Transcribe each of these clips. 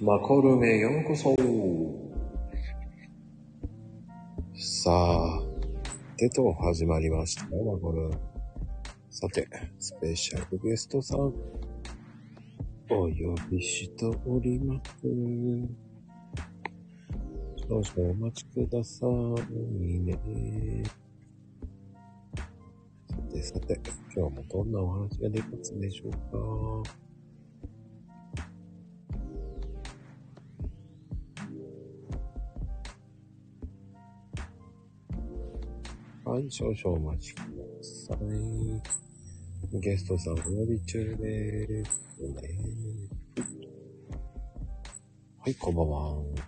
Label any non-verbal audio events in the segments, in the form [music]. マコルメへようこそさあ、てと始まりましたよ、マコルン。さて、スペシャルゲストさん、お呼びしております。少々お待ちくださいね。さてさて、今日もどんなお話ができますでしょうか。はい、少々お待ちください。ゲストさんお呼び中ですね。はい、こんばんは。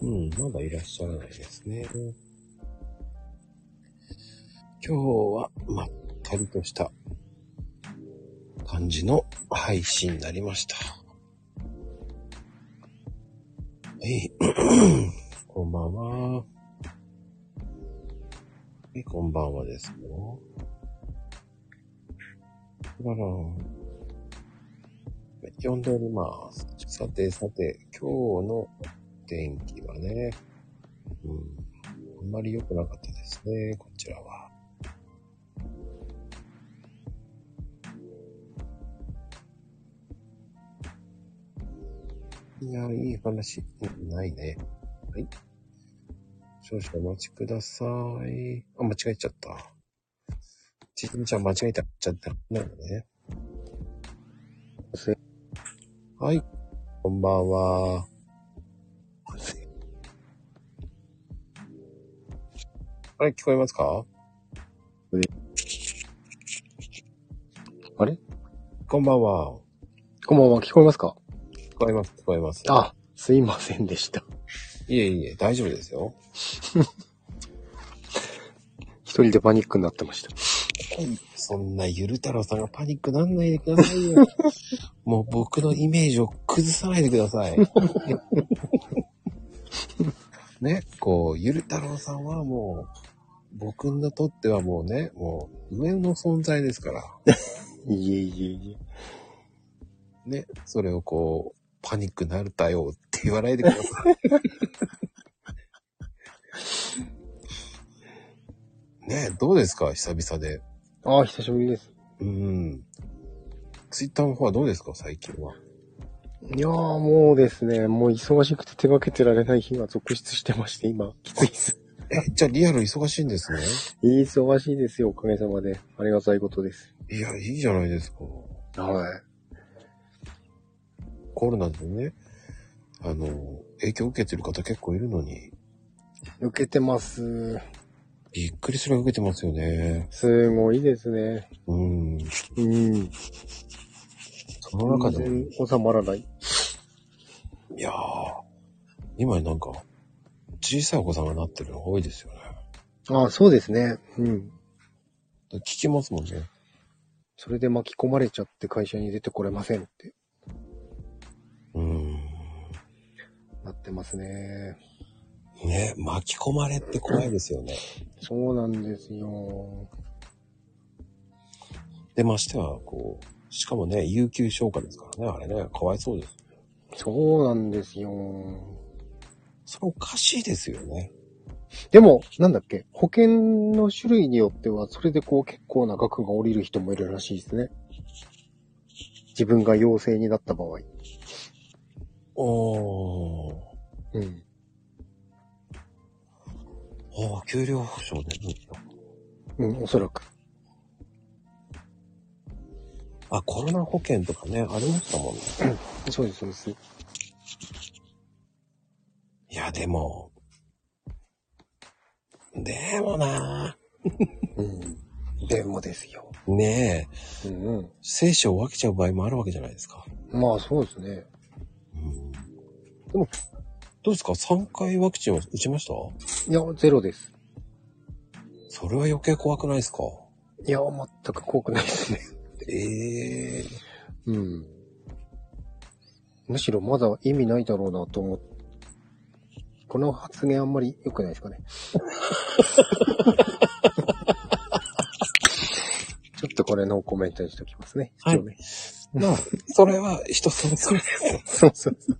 うん、まだいらっしゃらないですね。今日はまったりとした感じの配信になりました。はい。こんばんは。え、こんばんはですよ。あらら。呼んでおります。さてさて、今日の天気はね、うん、あんまり良くなかったですね、こちらは。いや、いい話、ないね。はい。少々お待ちください。あ、間違えちゃった。ちひみちゃん間違えた、ちゃった。なんだね。すはい。こんばんは。あれ、聞こえますかあれこんばんは。こんばんは、聞こえますか聞こえます、聞こえます。あ、すいませんでした。いえいえ、大丈夫ですよ。一人でパニックになってました。そんなゆる太郎さんがパニックなんないでくださいよ。もう僕のイメージを崩さないでください。ね、こう、ゆる太郎さんはもう、僕にとってはもうね、もう上の存在ですから、いえいえいえ。ね、それをこう、パニックなるだよって言わないでください。ね、どうですか久々で。あ、久しぶりです。うん。ツイッターの方はどうですか最近は。いやーもうですね、もう忙しくて手分けてられない日が続出してまして、今、きついです。え、じゃあリアル忙しいんですね忙しいですよ、おかげさまで。ありがたいことです。いや、いいじゃないですか。はコロナでね、あの、影響受けてる方結構いるのに、い。受けてます。びっくりするぐらい受けてますよね。すごいですね。うん。うん。その中でも、全然収まらない。いやー、今なんか、小さいお子さんがなってるのが多いですよね。あ、そうですね。うん。聞きますもんね。それで巻き込まれちゃって会社に出てこれませんってうん。なってますね。ね、巻き込まれって怖いですよね。そうなんですよ。で、ましては、こう、しかもね、有給消化ですからね、あれね、かわいそうです。そうなんですよ。それおかしいですよね。でも、なんだっけ、保険の種類によっては、それでこう結構な額が降りる人もいるらしいですね。自分が陽性になった場合。おー。うん。おー、給料保障でいいのうん、おそらく。あ、コロナ保険とかね、ありましたもんね。そうです、そうです。いや、でも、でもなうん。でもですよ。ぁねえ、うんうん。生死を分けちゃう場合もあるわけじゃないですか。まあそうですね。うん、でも、どうですか ?3 回ワクチンを打ちましたいや、ゼロです。それは余計怖くないですかいや、全く怖くないですね。ええうん。むしろまだ意味ないだろうなと思って。この発言あんまり良くないです [laughs] かね。ちょっとこれコメントにしておきますね。はい一応ね。まあ、それは人それぞれです。そうそうそう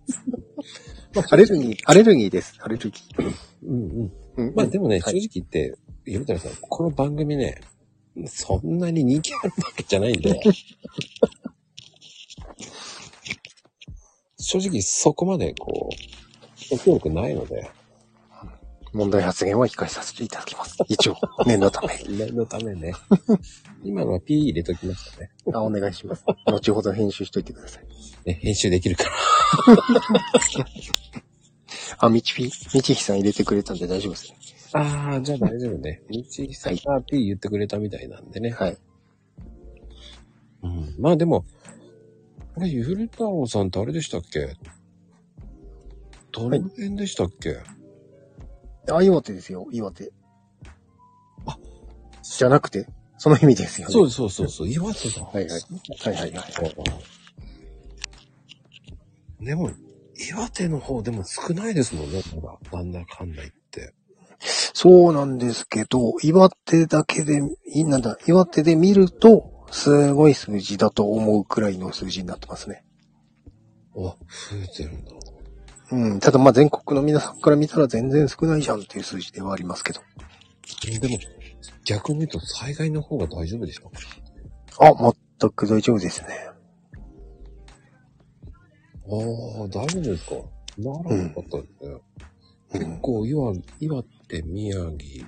そう。アレルギー、アレルギーです。アレルギー。うんうん。うんまあでもね、は正い直言って、ゆうたらさん、この番組ね、そんなに人気あるわけじゃないんで、 [laughs] 正直そこまでこう、影響力ないので、問題発言は控えさせていただきます。一応、念のため。念のためね、今のは P 入れときましたね。あ、お願いします。後ほど編集しといてください。ね編集できるから。あ、みちひ、みちひさん入れてくれたんで大丈夫ですね。ああ、じゃあ大丈夫ね。みちさんが P 言ってくれたみたいなんでね。はい。うん、まあでも、あれ、ゆる太郎さんってあれでしたっけどの辺でしたっけ、あ、岩手ですよ、岩手。じゃなくて、その意味ですよね。そううそうそうそう、岩手さん。はいはいはいはいはいはい。でも、岩手の方でも少ないですもんね、まだ。なんだかんだ言って。そうなんですけど、岩手だけで、いなんだ、岩手で見ると、すごい数字だと思うくらいの数字になってますね。あ、増えてるんだ。うん。ただまあ全国の皆さんから見たら全然少ないじゃんっていう数字ではありますけど。でも、逆に言うと災害の方が大丈夫でしょあ、全く大丈夫ですね。ああ、大丈夫ですかならなかったですね。うん結構岩、岩手、宮城、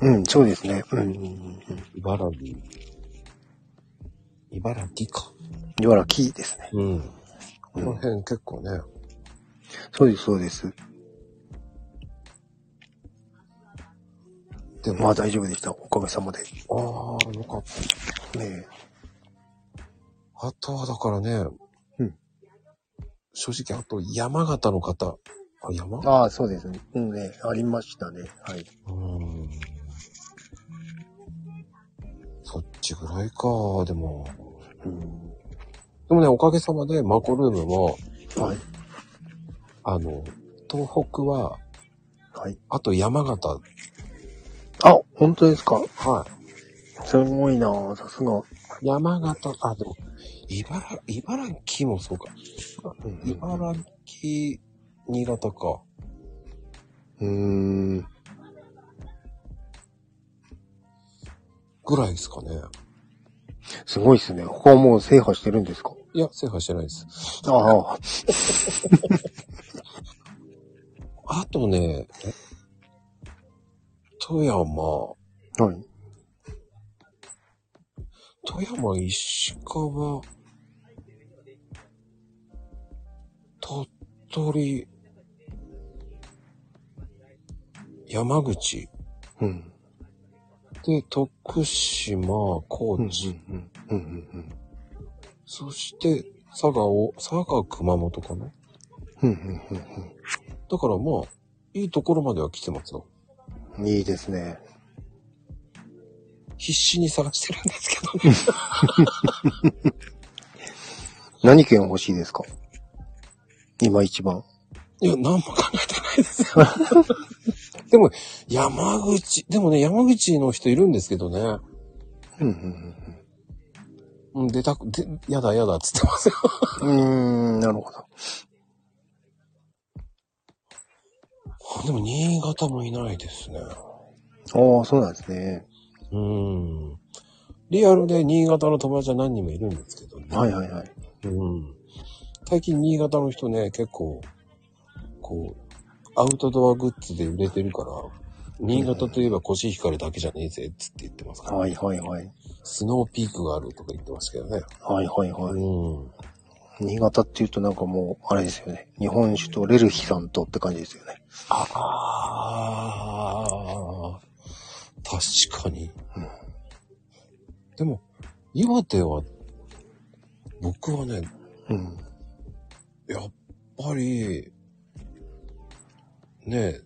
うん、そうですね。うんうんうんうん。茨城。茨城か。茨城ですね。うん。うこんの辺結構ね。そうです、そうです。でも、まああ大丈夫でした。おかげさまで。あー、よかった。ねあとはだからね、うん正直、あと山形の方。あ、山ああ、そうですね。うんね、ありましたね。はい。うん。そっちぐらいか、でも。うん。でもね、おかげさまでマコルームも、はい。あの、東北は、はい。あと山形。あ、本当ですか。はすごいなあさすが。い。山形、あ、でも、茨、茨城もそうか。茨城、新潟か。うん。ぐらいですかね。すごいですね。他はもう制覇してるんですかいや、制覇してないです。ああ。あとね、え富山、はい。富山、石川、鳥取、山口、うん。で、徳島、高知、ん。うん。うん。そして、佐賀を、佐賀、熊本かなうん。うん。だからまあ、いいところまでは来てますよ。うん。いいですね。必死に探してるんですけどね。何県欲しいですか今一番。いや、何も考えてないですよ。 [laughs] でも、山口、でもね、山口の人いるんですけどね。うん。うん。うん、出たく、で、やだやだっつってますよ。 [laughs] うん。なるほど。でも、新潟もいないですね。ああ、そうなんですね。うん。リアルで新潟の友達は何人もいるんですけどね。はいはいはい。うん。最近新潟の人ね、結構、こう、アウトドアグッズで売れてるから、新潟といえばコシヒカリだけじゃねえぜっつって言ってますから、はいはいはい。スノーピークがあるとか言ってますけどね。はいはいはい。うん。新潟っていうとなんかもう、あれですよね。日本酒とレルヒさんとって感じですよね。ああ、確かに。うんでも、岩手は、僕はね、うん。やっぱり、ねえ、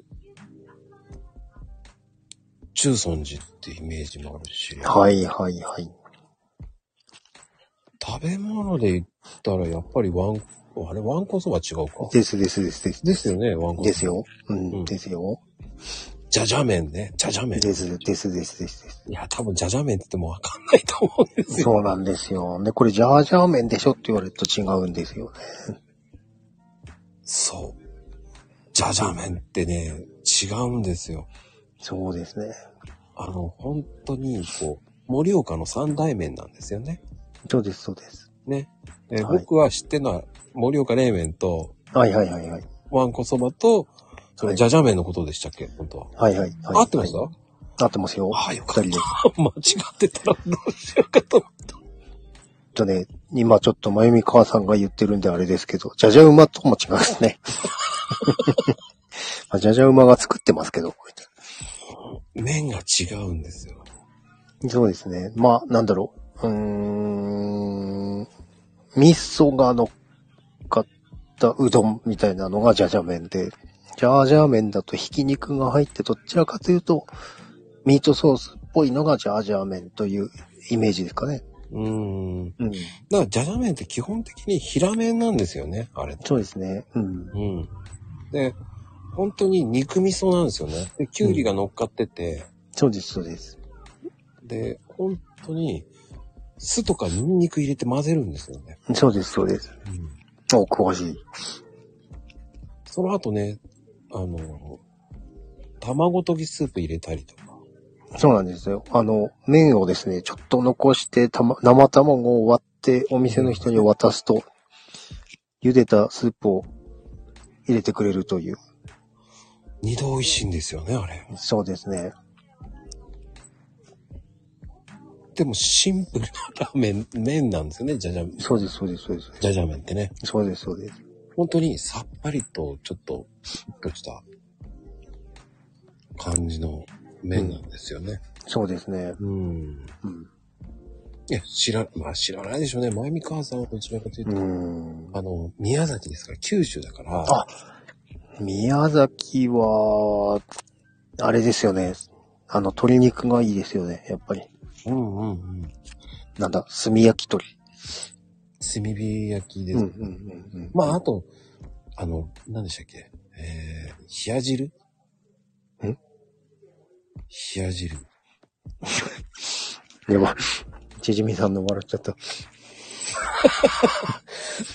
中尊寺ってイメージもあるし、はいはいはい。食べ物で言ったらやっぱりワン、あれ、ワンコそば違うか。ですですですです。ですよね、ワンコそば。ですよ。ううんん。ですよ。じゃじゃ麺ね。じゃじゃ麺。です、です、です、です、です。いや、多分じゃじゃ麺って言ってもわかんないと思うんですよ。そうなんですよ。で、これジャージャー麺でしょって言われると違うんですよね。そう。じゃじゃ麺ってね、違うんですよ。そうですね。あの、本当に、こう、盛岡の三大麺なんですよね。そうです、そうです。ね。ではい僕は知ってるのは、盛岡冷麺と、はいはいはいはい。わんこそばと、そのはいじゃじゃ麺のことでしたっけ本当は。はいはい、は合い。ってました、 [laughs] はい合ってますよ。ああ、よかっ二人でた。間違ってたらどうしようかと思った。えっとね、今ちょっとまゆみ母さんが言ってるんであれですけど、じゃじゃ馬とも違いますね。まあじゃじゃ馬が作ってますけど。麺が違うんですよ。そうですね。まあ、なんだろう。うーん。味噌が乗っかったうどんみたいなのがじゃじゃ麺で、じゃじゃ麺だとひき肉が入ってどちらかというと、ミートソースっぽいのがじゃじゃ麺というイメージですかね。うーん。うだん。から、じゃじゃ麺って基本的に平麺なんですよね、あれ。そうですね。うん。うん。で、本当に肉味噌なんですよね。で、きゅうりが乗っかってて、そうです、そうです。で、本当に、酢とかニンニク入れて混ぜるんですよね。そうです、そうです。うん。お、詳しい。その後ね、あの、卵とぎスープ入れたりとか。そうなんですよ。あの、麺をですね、ちょっと残して、たま、生卵を割って、お店の人に渡すと、茹でたスープを入れてくれるという。二度美味しいんですよね、あれ。そうですね。でもシンプルなラーメン、麺なんですよね、じゃじゃ、そうです、そうです、そうです。じゃじゃ麺ってね。そうです、そうです。本当にさっぱりと、ちょっと、しっとした感じの麺なんですよね。そうですね。うん。うん。いや、知ら、まあ知らないでしょうね。まゆみ母さんはどちらかというと、うん。あの、宮崎ですから、九州だから、あ宮崎は、あれですよね。あの、鶏肉がいいですよね、やっぱり。うんうんうん。なんだ、炭焼き鳥。炭火焼きです。うん、うん、うん、うん。まあ、あと、あの、何でしたっけえー、冷や汁ん冷や汁。でも、ちじみさんの笑っちゃった。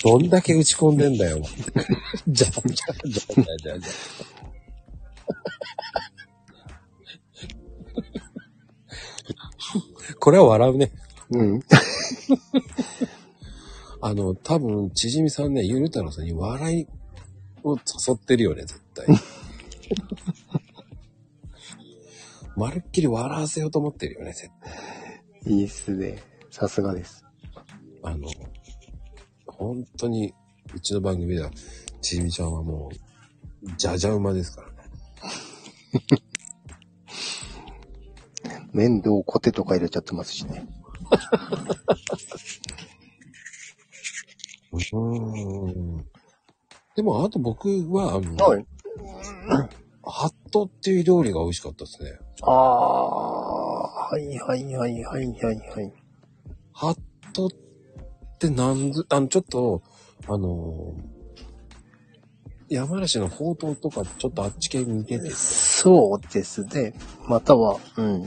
どんだけ打ち込んでんだよ。 [laughs] じゃ、じゃ、じゃ、じゃ、じゃ、じゃ。 [laughs] これは笑うね。うん。あの、多分、ちじみさんね、ゆるたろうさんに笑いを誘ってるよね、絶対。 [laughs] まるっきり笑わせようと思ってるよね、絶対。いいっすね。さすがです。あの、本当に、うちの番組では、ちじみちゃんはもう、じゃじゃ馬ですからね。面倒コテとか入れちゃってますしね。うーん。でも、あと僕は、あの、い。ハットっていう料理が美味しかったですね。ああ、はいはいはいはいはいはい。ハットってなんず、あの、ちょっと、あのー山梨の宝刀とか、ちょっとあっち系に似てて、そうですね。または、うん。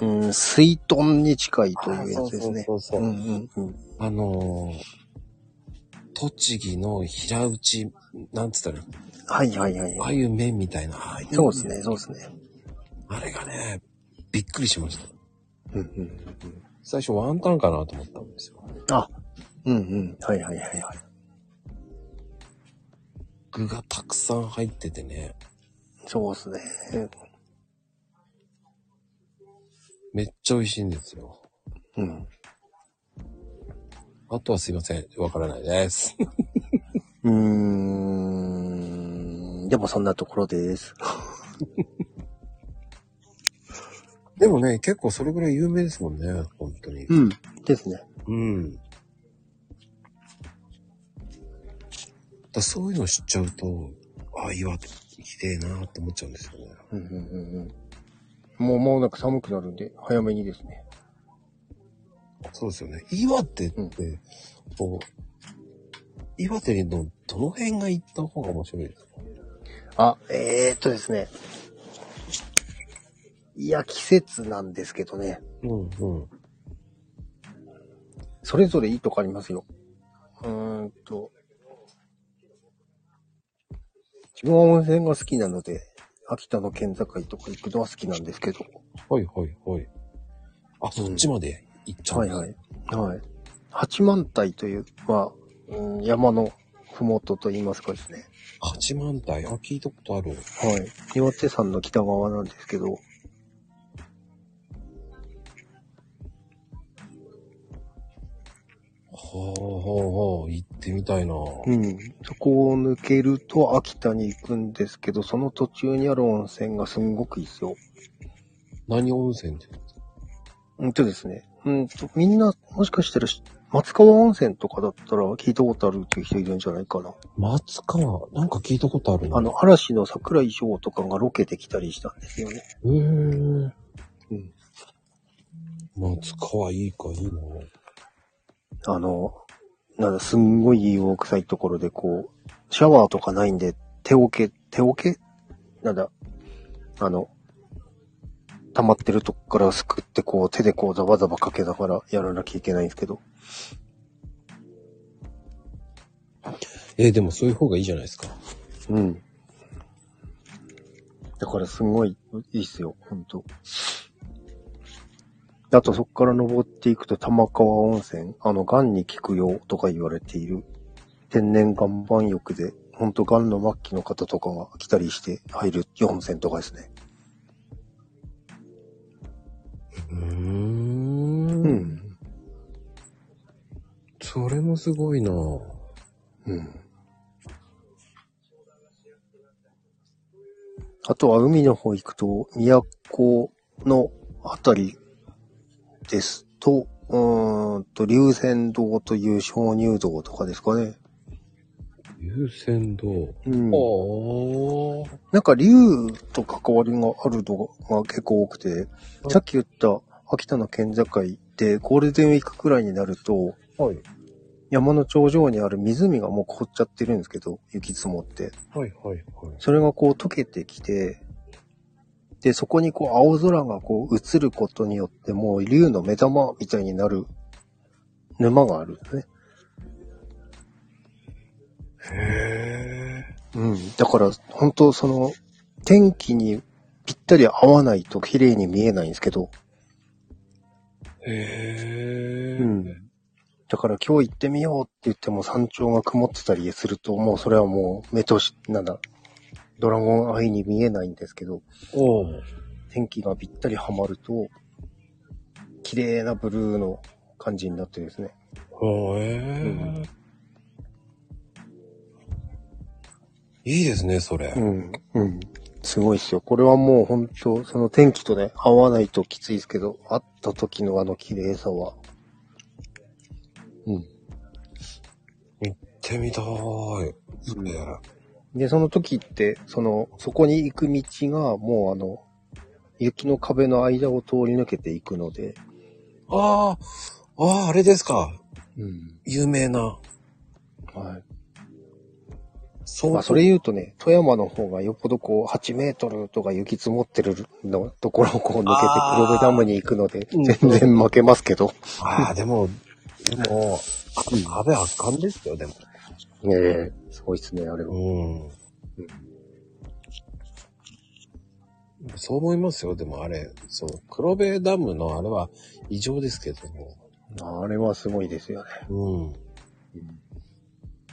うん、水豚に近いというやつですね。あそうそうそうそううんうんうん。あのー栃木の平打ち、なんつったらいい、はいはいはいあはあい。いう麺みたいな、ああいうそうですね、そうですね。あれがね、びっくりしました。うんうん。最初ワンタンかなと思ったんですよ。あ、うんうん。はいはいはいはい。具がたくさん入っててね、そうですね。めっちゃ美味しいんですよ。うん。あとはすいません、わからないです。うーん。でもそんなところです。でもね、結構それぐらい有名ですもんね、本当に。うん。ですね。うん。だそういうの知っちゃうと、ああ、岩手、綺麗なって思っちゃうんですよね。うんうんうんうん。もう間もなく寒くなるんで、早めにですね。そうですよね。岩手って、うんこう、岩手のどの辺が行った方が面白いですかあ、えー、っとですね。いや、季節なんですけどね。うんうん。それぞれいいとこありますよ。うーんと。自分は温泉が好きなので、秋田の県境とか行くのは好きなんですけど。はいはいはい。あ、そっちまで行っちゃう。はいはい。はい。八幡平という、まあ、うん、山のふもとと言いますかですね。八幡平。あ、聞いたことある。はい。岩手山の北側なんですけど。ほうほうほう。行ってみたいな。うん。そこを抜けると秋田に行くんですけど、その途中にある温泉がすんごくいいですよ。何温泉って。うんとですね。うんと、みんな、もしかしたらし、松川温泉とかだったら聞いたことあるっていう人いるんじゃないかな。松川。なんか聞いたことあるな。あの、嵐の桜井翔とかがロケできたりしたんですよね。へー。うん。松川いいか、いいな。あの、なんだ、すんごい硫黄臭いところで、こう、シャワーとかないんで、手桶、手桶なんだ、あの、溜まってるとこからすくって、こう、手でこう、ザバザバかけながらやらなきゃいけないんですけど。えーでもそういう方がいいじゃないですか。うん。だからすごいいいっすよ、ほんと。あとそこから登っていくと玉川温泉、あの、癌に効くよとか言われている天然岩盤浴で、ほんと癌の末期の方とかが来たりして入る温泉とかですね。うー。うんん。それもすごいな。うん。あとは海の方行くと、都のあたりですと、うーんと、龍泉堂という鍾乳洞とかですかね。優先堂。うん。おー。なんか竜と関わりがあるのが結構多くて、さっき言った秋田の県境でゴールデンウィークくらいになると、はい。山の頂上にある湖がもう凍っちゃってるんですけど、雪積もって。はいはいはい。それがこう溶けてきて、で、そこにこう青空がこう映ることによってもう竜の目玉みたいになる沼があるんですね。へうん。だから、本当その、天気にぴったり合わないと綺麗に見えないんですけど、ー。へー。うん。だから今日行ってみようって言っても山頂が曇ってたりすると、もうそれはもう目とし、なんだ、ドラゴンアイに見えないんですけど、おー。天気がぴったりハマると、綺麗なブルーの感じになってですね。ほえーうんいいですね、それ。うん。うん。すごいっすよ。これはもう本当その天気とね、合わないときついですけど、会った時のあの綺麗さは、うん。行ってみたーい。それ。で、その時って、その、そこに行く道が、もうあの、雪の壁の間を通り抜けていくので、あー、あー、あれですか。うん。有名な。はい。そう、まあ、それ言うとね、富山の方がよっぽどこう、8メートルとか雪積もってるのところをこう抜けてあー黒部ダムに行くので、うん全然負けますけど。ああ、でも、でも、あ壁圧巻ですよ、でも。ねえ、すごいっすね、あれは。うん。そう思いますよ、でもあれ、そう、黒部ダムのあれは異常ですけども。あれはすごいですよね。うん。うん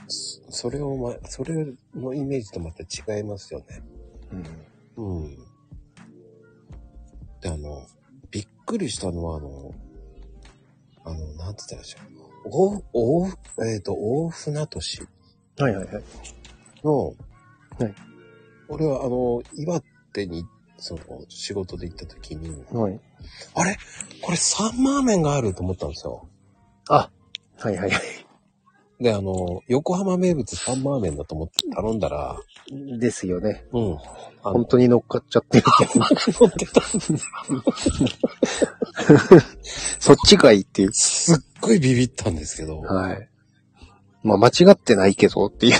そそれを、ま、それのイメージとまた違いますよね。うん。うん。で、あの、びっくりしたのは、あの、あの、なんつったらいいんでしょう。大、大、えっ、と、大船渡市はいはいはい。の、はい俺は、あの、岩手に、その、仕事で行った時に、はい。あれこれサンマーメンがあると思ったんですよ。あ、はいはいはで、あの、横浜名物サンマーメンだと思って頼んだら、い。ですよね。うん。あの本当に乗っかっちゃってる [laughs] けど。乗ってたんです。そっちがいいっていう。すっごいビビったんですけど、はい。まあ、間違ってないけどっていうね。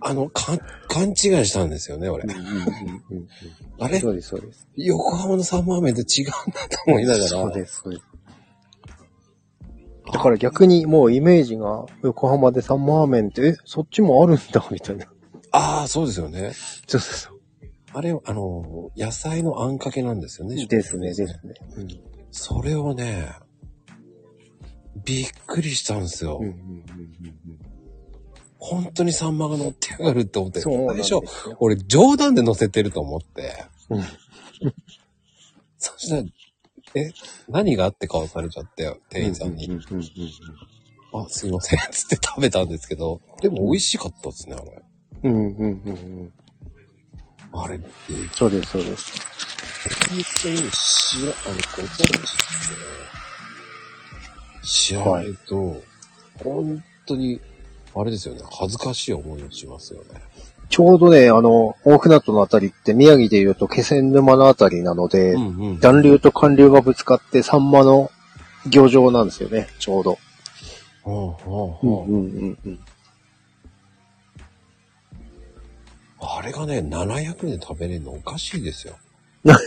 あの、か、勘違いしたんですよね、俺。 [laughs] あれそうです、そうです。横浜のサンマーメンと違うんだと思いながら。そうです、そうです。だから逆にもうイメージが横浜でサンマーメンって、え、そっちもあるんだ、みたいな。ああ、そうですよね。そうそうそう。あれ、あの、野菜のあんかけなんですよね。ですね、ですね。それをね、びっくりしたんですよ。うんうんうんうん本当にサンマが乗ってやがるって思って。そうなんです最よ初、俺冗談で乗せてると思って。うん [laughs] そしたら、え、何があって顔されちゃって、店員さんに。うんうんうんうんあ、すいません。つって食べたんですけど、でも美味しかったですね、あれ。うんうんうんうん。あれ、びっそうです、そうです。くりする知ら、あの、これ、知らないと、本当に、あれですよね、恥ずかしい思いをしますよね。ちょうどね、あの、大船渡のあたりって宮城でいうと気仙沼のあたりなので、んうん暖流と寒流がぶつかってサンマの漁場なんですよね、ちょうど。ほうほうほううんうん。あれがね、700円で食べれるのおかしいです [laughs] よ。な普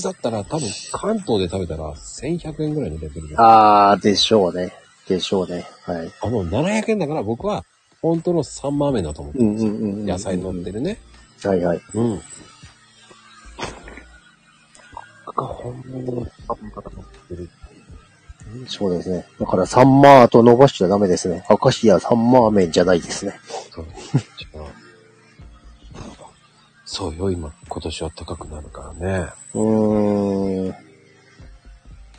通だったら多分関東で食べたら1100円ぐらいのレベルで。ああー、でしょうね。でしょうね。はい。の700円だから僕は本当のサンマーメンだと思ってうんまうす。んうん。野菜乗って。るね。はいはい。うん。本物のサンマが乗ってる。そうですね。だからサンマーと伸ばしちゃダメですね。明石家サンマーメンじゃないですね。そう。違う。 [laughs] そうよ、今、今年は高くなるからね。うーん。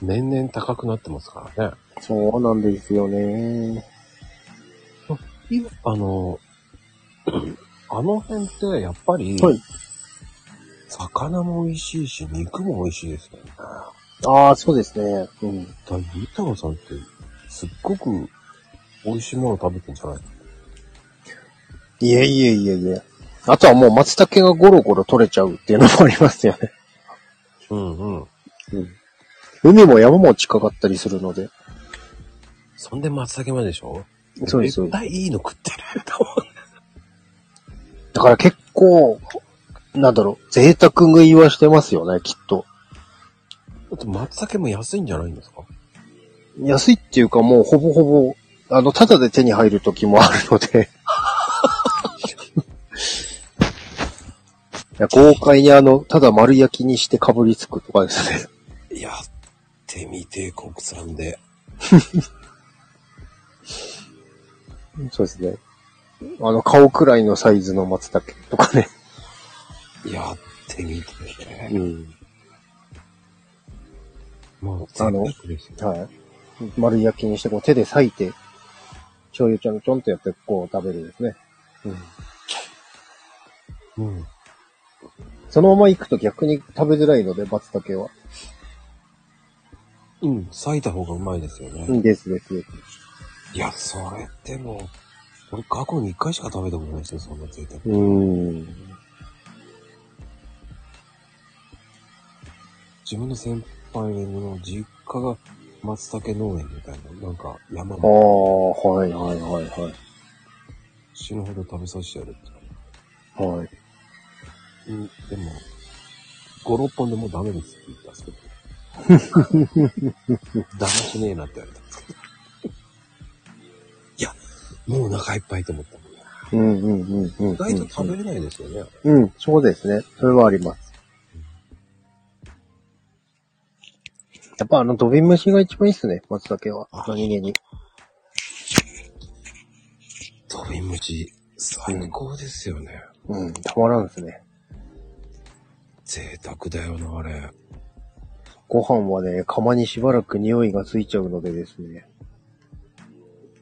年々高くなってますからね。そうなんですよね。今、あの、 [clears throat] あの辺ってやっぱり、はい魚も美味しいし、肉も美味しいですよね。だかあー、そうですね。うん。ら、ゆたさんって、すっごく美味しいもの食べてんじゃないいえいえいえいえ。あとはもう松茸がゴロゴロ取れちゃうっていうのもありますよね。 [laughs] うんうん。海も山も近かったりするので。そんで松茸まででしょそうです。そう絶です対いいの食ってると思だから結構、なんだろう、贅沢食いはしてますよね、きっと。う。だって松茸も安いんじゃないんですか安いっていうかもうほぼほぼ、あの、ただで手に入る時もあるの [laughs] で。いや豪快にあの、ただ丸焼きにしてかぶりつくとかですね。やってみて、国産で。そうですね。あの、顔くらいのサイズの松茸とかね。やってみて。うん。もう、あの贅沢ですよはい。丸焼きにして、こう手で裂いて、醤油ちょんちょんとやって、こう食べるんですね。うん。うん。そのまま行くと逆に食べづらいので、松茸は。うん、咲いた方がうまいですよね。うん、ですですです。いや、それでも、俺過去に一回しか食べたことないですよ、そんな贅沢。うん。自分の先輩の実家が松茸農園みたいな、なんか山ああ、のはいはいはいはい。死ぬほど食べさせてやるって。はい。うん、でも、5、6本でもうダメですって言ったんですけど。だましねえなって言われたんですけど。いや、もうお腹いっぱいと思ったもんね。うんうんうんうん。意外と食べれないですよね。うん、そうですね。それはあります。やっぱあの、ドビムシが一番いいっすね、松茸は。何気に。飛び虫、最高ですよね。うん、たまらんですね。贅沢だよな、あれ。ご飯はね、釜にしばらく匂いがついちゃうのでですね。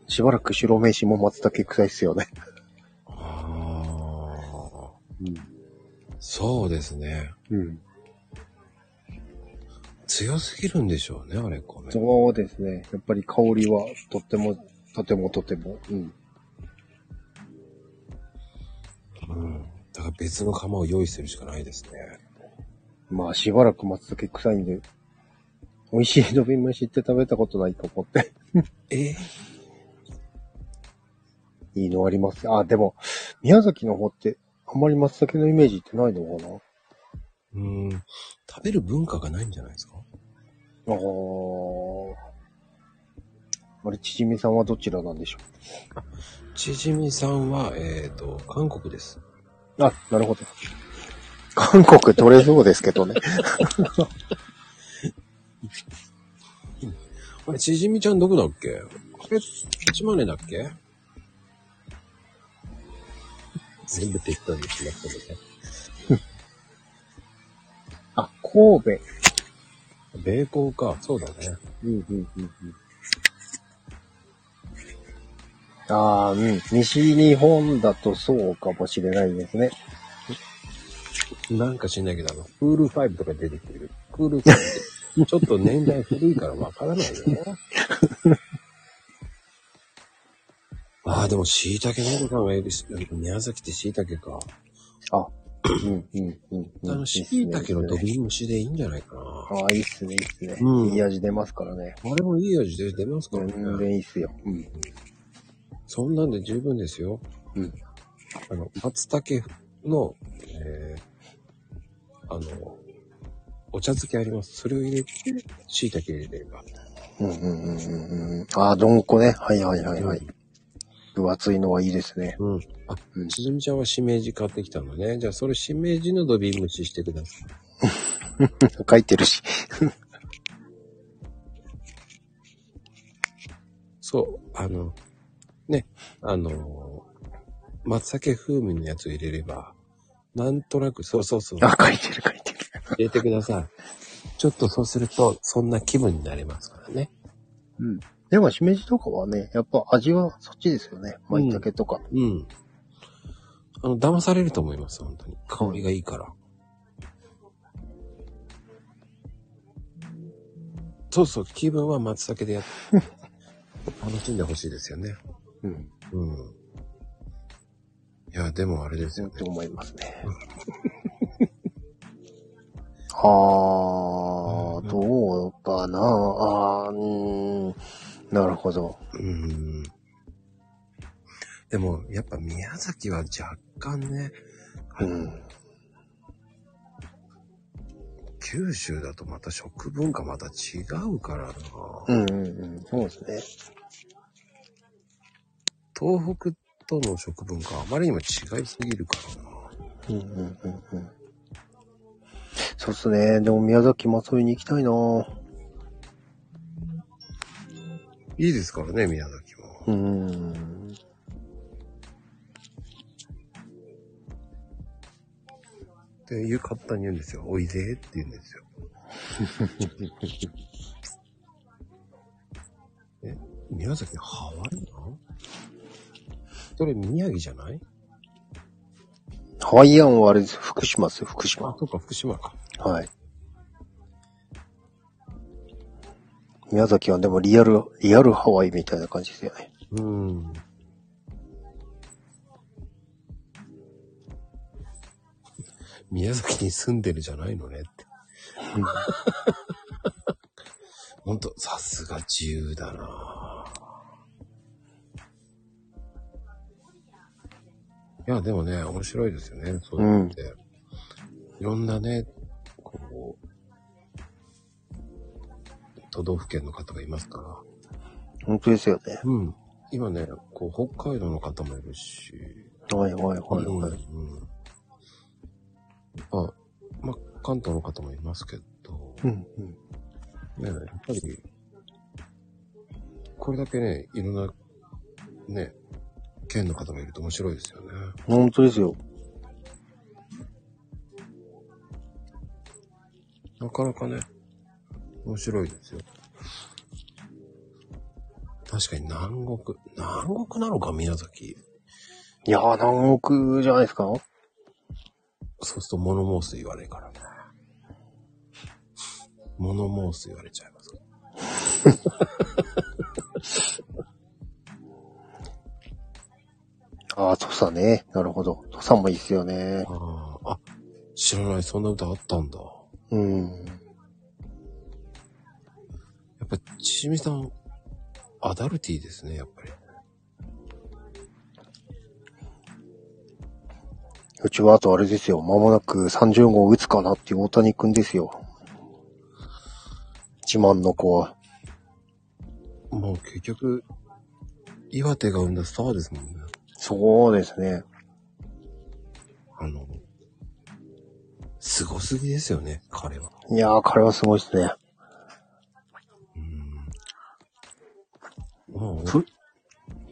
しばらく白飯も松茸臭いっすよね。ああ、そうですね。うん。強すぎるんでしょうね、あれ、米。そうですね。やっぱり香りはとっても、とてもとても。うん。うん。だから別の釜を用意するしかないですね。まあしばらく松茸臭いんで、美味しい伸び飯って食べたことないと思って。ええ [laughs] いいのあります。あ、でも、宮崎の方って、あんまり松茸のイメージってないのかなうーん。食べる文化がないんじゃないですかあーあれ、ちじみさんはどちらなんでしょちじみさんは、えっ、と、韓国です。うあ、なるほど。韓国取れそうですけどね。あれ、ちじみちゃんどこだっけあれ、島根だっけ全部適当にしましたけどね。あ、神戸。米高か。そうだね。うんうんうんうん。ああ、うん。西日本だとそうかもしれないですね。なんか知んないけど、あの、クールファイブとか出てくる。クールファイブって、ちょっと年代古いからわからないよね。 [laughs] ああ、でも、椎茸のりさんがいるし、宮崎って椎茸か。うんうんうんうん。あの、椎茸のドビムシでいいんじゃないかな。ああ、いいっすね、いいっすね。うんいい味出ますからね。あれもいい味で出ますから全ね。然いいっすよ。うん。そんなんで十分ですよ。うん。あの、松茸の、えー、あの、お茶漬けあります。それを入れて、椎茸入れてれば。うんうんうんうんうん。ああ、どんこね。はいはいはいはい。分厚いのはいいですね。うん。あ、うんつづみちゃんはしめじ買ってきたのね。じゃあ、それしめじのドビ蒸ししてください。書いてるし。 [laughs] そう、あの、ね、あの、松茸風味のやつを入れれば、なんとなく、そうそうそう、入あ、書いてる書いてる。れてください。ちょっとそうすると、そんな気分になれますからね。うん。でも、しめじとかはね、やっぱ味はそっちですよね。まいたけとか。うん。あの、騙されると思います、本当に。香りがいいから。そうそう、気分は松茸でやっ楽しんでほしいですよね。うん。うん。いや、でもあれですよね。と思いますね。あー、どうかなあー、うーん。なるほど。うん。でも、やっぱ宮崎は若干ね、うん。九州だとまた食文化また違うからな。うんうんうん。そうですね。東北との食文化あまりにも違いすぎるからな。うんうんうんうん。そうっすね。でも宮崎祭りに行きたいなぁ。いいですからね、宮崎は。うん。で、言う簡単に言うんですよ。おいでって言うんですよ。 [laughs] え、宮崎ハワイなのそれ宮城じゃないハワイアンはあれです。福島っすよ、福島あ、。そうか、福島か。はい。宮崎はでもリアル、リアルハワイみたいな感じですよね。うん。宮崎に住んでるじゃないのねって。ほんと、さすが自由だなぁいや、でもね、面白いですよね。そうやって。いろんなね、こう、都道府県の方がいますから。本当ですよね。うん。今ね、こう、北海道の方もいるし。はいはいはいはい。うん。あ、まあ、関東の方もいますけど、うんうん。ね、やっぱり、これだけね、いろんな、ね、県の方がいると面白いですよね。本当ですよ。なかなかね、面白いですよ。確かに南国。南国なのか、宮崎。いやー、南国じゃないですかそうすると物申す言われからね。物申す言われちゃいますから。ああ、土佐ね。なるほど。土佐もいいっすよね。あーあ、知らない、そんな歌あったんだ。やうん。っぱ、ちしみさん、アダルティーですね、やっぱり。うちはあとあれですよ。間もなく30号打つかなっていう大谷くんですよ。自慢の子は。もう結局、岩手が生んだスターですもんね。そうですね。あの、すごすぎですよね、彼は。いやー、彼はすごいですね。うん。もう、プ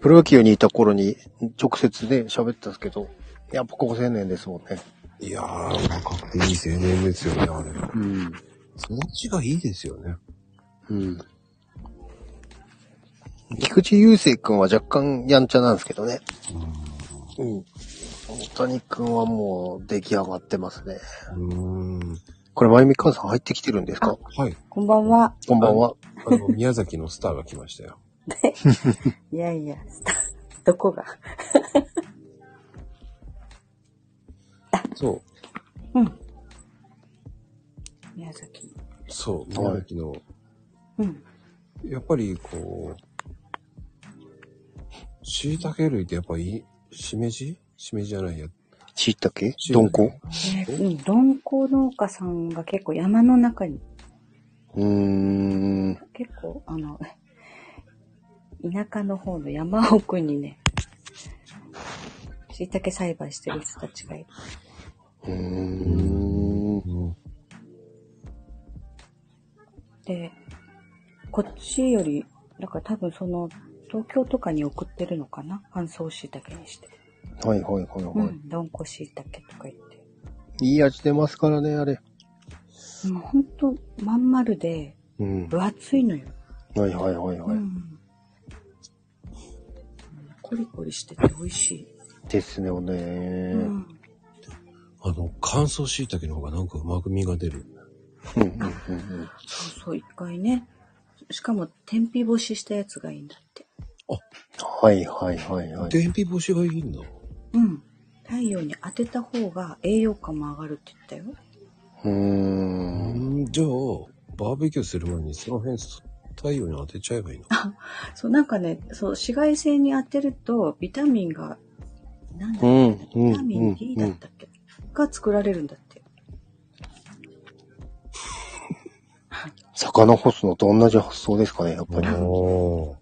プロ野球にいた頃に直接ね、喋ったんですけど、やっぱここ1000年ですもんね。いやー、若くていい青年ですよね、あれは。うん。育ちがいいですよね。うん。菊池雄星くんは若干やんちゃなんですけどね。うん。大谷くんはもう出来上がってますね。うん。うーん。これ、まゆみかんさん入ってきてるんですかはい。こんばんは。こんばんは。あの、宮崎のスターが来ましたよ。いやいや、 [laughs] スター、どこが。そう、宮崎。そう、はい宮崎の、うん。やっぱりこう、椎茸類ってやっぱり、しめじしめじじゃないや。しいたけどんこえーうん、鈍行農家さんが結構山の中に、うーん。結構、あの、田舎の方の山奥にね、椎茸栽培してる人たちがいる。うーん。うん。で、こっちより、だから多分その、東京とかに送ってるのかな乾燥椎茸にして。はいはいはいはうい。ん。どんこ椎茸とか言って。いい味出ますからね、あれ。もうほんと、まん丸で、うん。分厚いのよ。はいはいはいはうい。ん。コリコリしてて美味しい。ですよね、うん。あの、乾燥椎茸の方がなんかうまく身が出る。うんうんうんうん。そうそう、一回ね。しかも、天日干ししたやつがいいんだって。はいはいはいはい。天日干しがいいんだ。うん。太陽に当てた方が栄養価も上がるって言ったよ。うー。うんん、じゃあ、バーベキューする前にその辺太陽に当てちゃえばいいのそう、なんかね、そう、紫外線に当てると、ビタミンが、なんだうっんけ、うんビタミン D だったっけ、が作られるんだって。魚干すのと同じ発想ですかね、やっぱり。 [laughs] お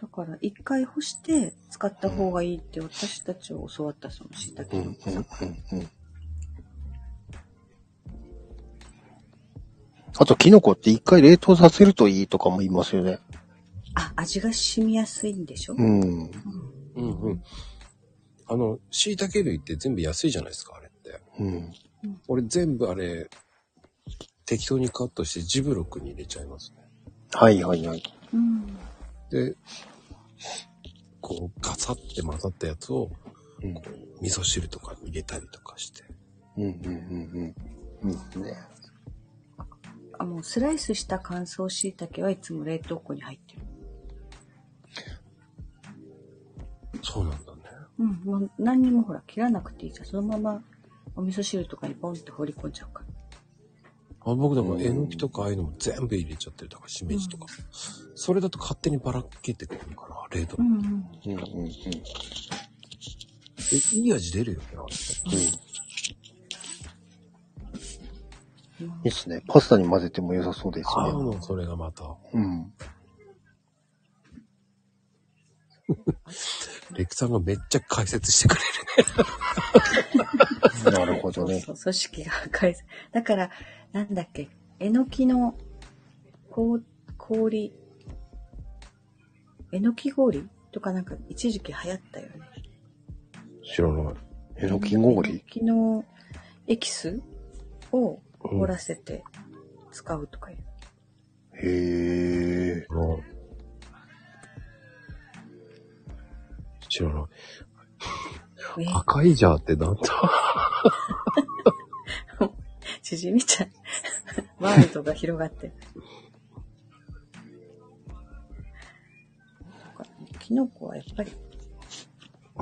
だから、一回干して使った方がいいって私たちを教わった、その椎うんう茸のんうんうん。あと、キノコって一回冷凍させるといいとかも言いますよね。あ、味が染みやすいんでしょ、うん。うんうん。あの、椎茸類って全部安いじゃないですか、あれって。うん。俺全部あれ、適当にカットしてジブロックに入れちゃいますね。はいはいはい。うん、で、こう、ガサって混ざったやつを、うんこう、味噌汁とかに入れたりとかして。うんうんうんうん。うんね。あもうスライスした乾燥椎茸はいつも冷凍庫に入ってる。そうなんだね。うん、もう何にもほら切らなくていいじゃん。そのままお味噌汁とかにポンって放り込んじゃうから。あ僕だかうらんえのきとかああいうのも全部入れちゃってるとか、しめじとか。それだと勝手にばらけてくるから、冷凍。んううん。んうんうん。えいい味出るよね、あれって。いいっすね。パスタに混ぜても良さそうですああ、もね。うそれがまた、うん。レクさんがめっちゃ解説してくれる。なるほそどうね。そう、組織が破壊さだから、なんだっけ、えのきの氷、氷、えのき氷とかなんか一時期流行ったよね。知らない。えのき氷えのきのエキスを凍らせて使うとかいう。へえ。知らない。ね、赤いじゃーってなんだ縮みちゃ [laughs] う。ワールドが広がってる。なんかキノコはやっぱり、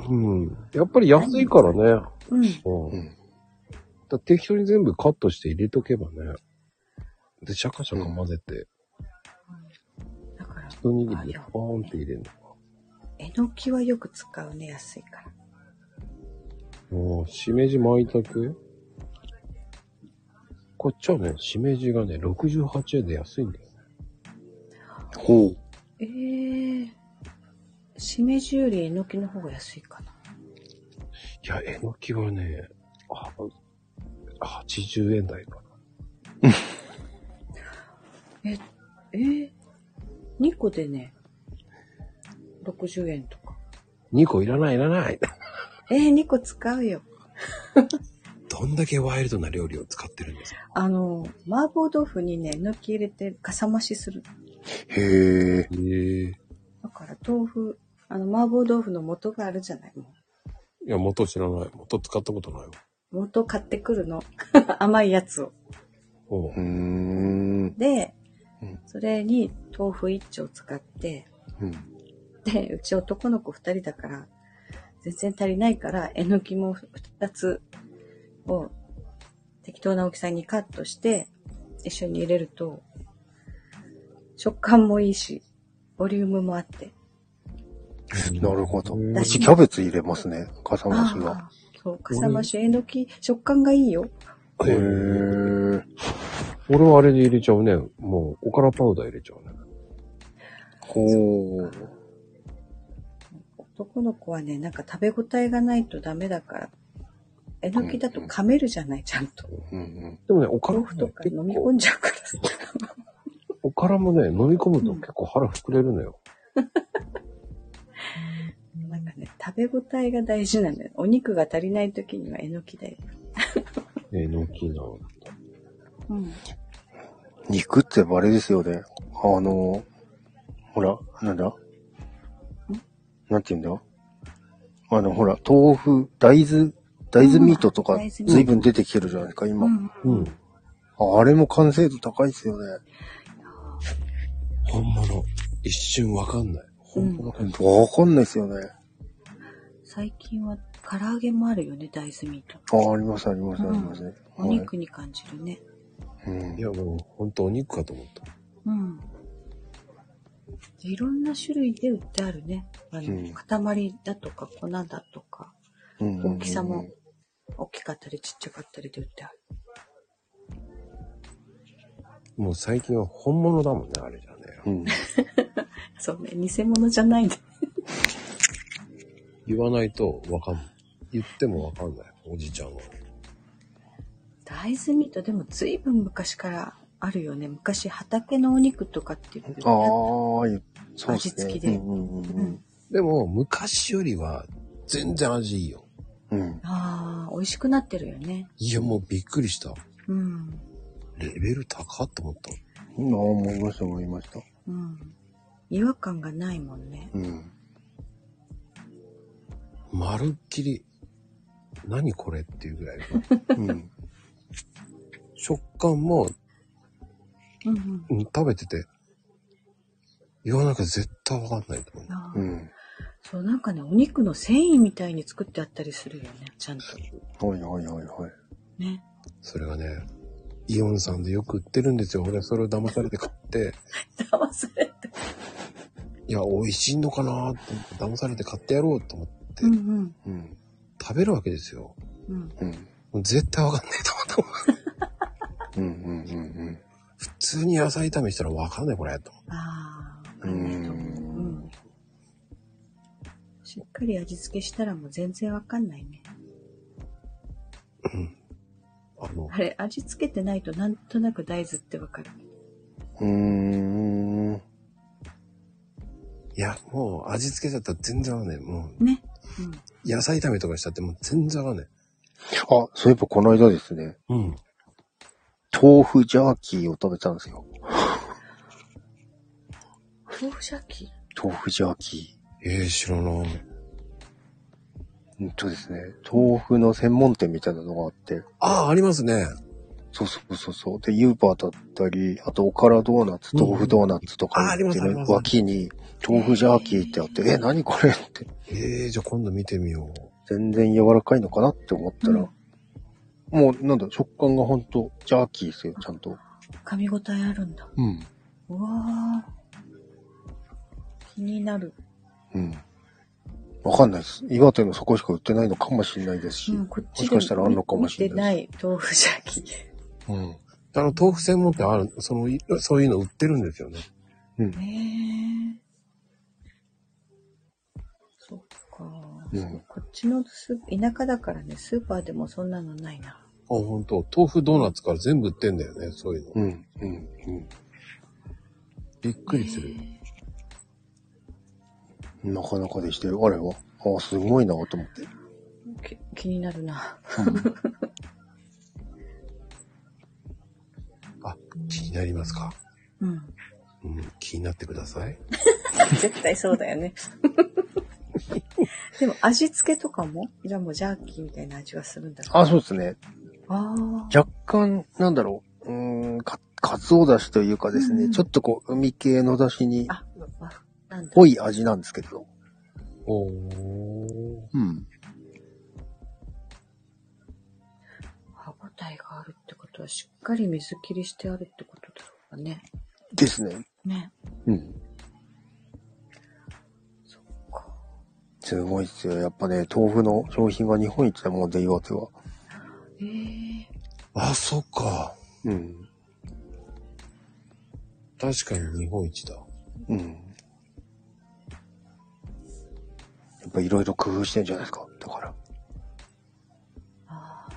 うん。やっぱり安いからね。うん。う。うんん。だって適当に全部カットして入れとけばね。で、シャカシャカ混ぜて、だから、一握りでポーンって入れるの。えのきはよく使うね、安いから。もう、しめじ舞茸こっちはね、しめじがね、68円で安いんだよ。ほう。ええー。しめじよりえのきの方が安いかな。いや、えのきはね、あ80円台かな。えー、2個でね、60円とか。 2個いらないいらない。えー、2個使うよ。どんだけワイルドな料理を使ってるんですかあの、麻婆豆腐にね、えのき入れてかさ増しする。へえ。へえ。だから豆腐、あの、麻婆豆腐の元があるじゃないもいや、元知らない。元使ったことないわ。う元買ってくるの。 [laughs] 甘いやつを。おううーん。でうん、それに豆腐一丁使って、うん。で、うち男の子二人だから、全然足りないから、えのきも二つを適当な大きさにカットして、一緒に入れると、食感もいいし、ボリュームもあって。なるほど。うんうちキャベツ入れますね。かさ増しが。ああ、そう、かさ増し、えのき、食感がいいよ。へえ。俺はあれで入れちゃうね。もう、おからパウダー入れちゃうね。ほう。男の子はね、なんか食べ応えがないとダメだから、えのきだと噛めるじゃない、ちゃんと。うんうん。でもね、おから豆も腐ね、とか結飲み構込んじゃうからさ。おからもね、飲み込むと結構腹膨れるのよ。なんかね、食べ応えが大事なのよ。お肉が足りない時にはえのきだよ。えのきな。うん。肉ってあれですよね。あの、ほら、なんだなんて言うんだあの、ほら、豆腐、大豆、大豆ミートとうかん大豆ミート随分出てきてるじゃないですか、今。うん。うん。あれも完成度高いですよね。本物。一瞬わかんない。本物か、わかんないですよね。最近は唐揚げもあるよね、大豆ミート。あ、あります、あります、あうんります。お肉に感じるね。はい。うんいや、もう、ほんとお肉かと思った。うん。いろんな種類で売ってあるね。あの、うん塊だとか粉だとか、うん大きさも大きかったりちっちゃかったりで売ってある。もう最近は本物だもんね、あれじゃね。うん。そうね、偽物じゃないね。言わないとわかんない。言ってもわかんない。おじちゃんは。大豆ミートでも随分昔からあるよね。昔畑のお肉とかって言ってああ、いそうですね。味付きでうんうんうんでも、昔よりは、全然味いいよ。うん。うん。ああ、美味しくなってるよね。いや、もうびっくりした。うん。レベル高っと思った。今思いました、思いました。うん。違和感がないもんね。うん。まるっきり、何これっていうぐらいの。 [laughs] うん。食感も、うんうん。うん食べてて、言わなきゃ絶対わかんないと思う。あーうん。そう、なんかね、お肉の繊維みたいに作ってあったりするよね、ちゃんと。はいはいはいはい。ね。それがね、イオンさんでよく売ってるんですよ。俺はそれを騙されて買って、騙された。いや、美味しいのかなって思って騙されて買ってやろうと思ってうんうん。うん。食べるわけですよ。うん。うん。もう絶対わかんないと思った。うんうん普通に野菜炒めしたらわかんないこれ、と思って。ああ、わかんないうと思う。んうん。しっかり味付けしたらもう全然わかんないね。あの、あれ、味付けてないとなんとなく大豆ってわかる。うん。うーん。いや、もう味付けちゃったら全然わかんない。もう、ね。うん。野菜炒めとかしちゃってもう全然わかんない。あ、そういえばこの間ですね、うん。豆腐ジャーキーを食べたんですよ。豆腐シャキ豆腐ジャーキええ知らない。ー。うんとですね、豆腐の専門店みたいなのがあって、ああ、ありますね。そうそうそうそう。で、ユーバーだったり、あと、おからドーナツ、豆腐ドーナツとかうんあありますあります脇に、豆腐ジャーキーってあって、え、何これって。ええじゃあ今度見てみよう。全然柔らかいのかなって思ったら、もう、なんだ、食感がほんと、ジャーキーですよ、ちゃんと。噛み応えあるんだ。うん。うわー気になる。うん。わかんないです。岩手のそこしか売ってないのかもしれないですし。うん、こっもちしでかしたらあんのかも見しれてなないい豆腐じゃ [laughs] き。うん。あの、豆腐専門店ある、その、い [laughs] そういうの売ってるんですよね。うん。ねえ。そっか。うんこっちのスー田舎だからね、スーパーでもそんなのないな。あ、本当豆腐ドーナツから全部売ってんだよね、そういうの。うん。うん。うんびっくりする。なかなかでしてる。あれは。ああ、すごいなと思って。き気になるな。あ、気になりますかうん。うん、気になってください。絶対そうだよ [laughs] ね。でも味付けとかもじゃあもうジャーキーみたいな味はするんだろあそうですね。うああ。若干、なんだろう。うーん、か、かつおだしというかですね、うんちょっとこう、海系のだしに、あ、和風なんだ。ぽい味なんですけど。おー。うん。歯ごたえがあるってことはしっかり水切りしてあるってことだろうかね。ですね。ね。うん。そっか。すごいですよ。やっぱね、豆腐の商品が日本一だもんで、岩手は。ええあ、そっか。うん。確かに日本一だ。うん。やっぱいろいろ工夫してんじゃないですか。だから。あ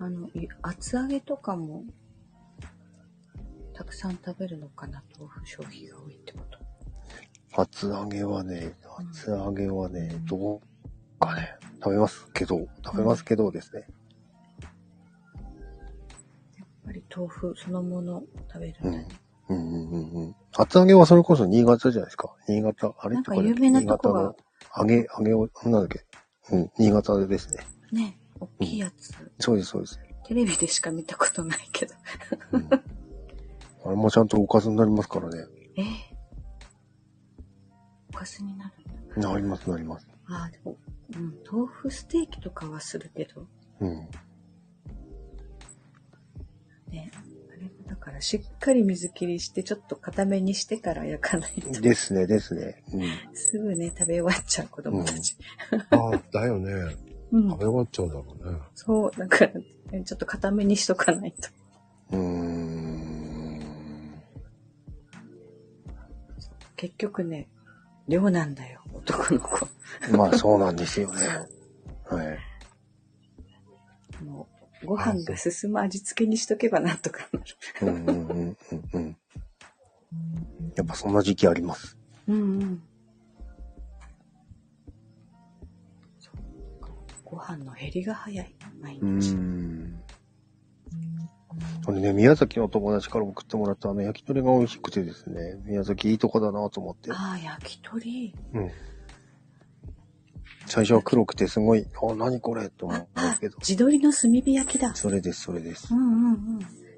ーあの、い厚揚げとかも、たくさん食べるのかな、豆腐消費が多いってこと。厚揚げはね、厚揚げはね、どうかね、食べますけど、食べますけどですね。やっぱり豆腐そのもの食べるんだね。うんうんうんうん。厚揚げはそれこそ新潟じゃないですか。新潟、あれなんかどこだっけ有名なとこが新潟の揚げ、揚げを、なんだっけ。うん、新潟でですね。ね、大きいやつ、そうです、そうです。テレビでしか見たことないけど。 [laughs] うん、あれもちゃんとおかずになりますからね。ええおかずになるんだ。なります、なります。ああ、でも、うん、豆腐ステーキとかはするけど、うん。ね、あれもだからしっかり水切りして、ちょっと固めにしてから焼かないと。ですね、ですね。すぐね、食べ終わっちゃう子供たち。あ [laughs] あ、だよね。うん。食べ終わっちゃうだろうね。そう、だから、ねちょっと固めにしとかないと。うん。うーん。結局ね、量なんだよ、男の子。 [laughs] まあ、そうなんですよね。はい。もう、ご飯が進む味付けにしとけばなんとかなうる。んうんうんうんうん。やっぱそんな時期あります。うんうん。そうかご飯の減りが早い、毎日。ん。あのね、宮崎の友達から送ってもらったあの焼き鳥が美味しくてですね、宮崎いいとこだなと思って。ああ、焼き鳥。うん。最初は黒くてすごい、あ、何これと思うんあであすけど、。地鶏の炭火焼きだ。それです、それですう。んうんうん。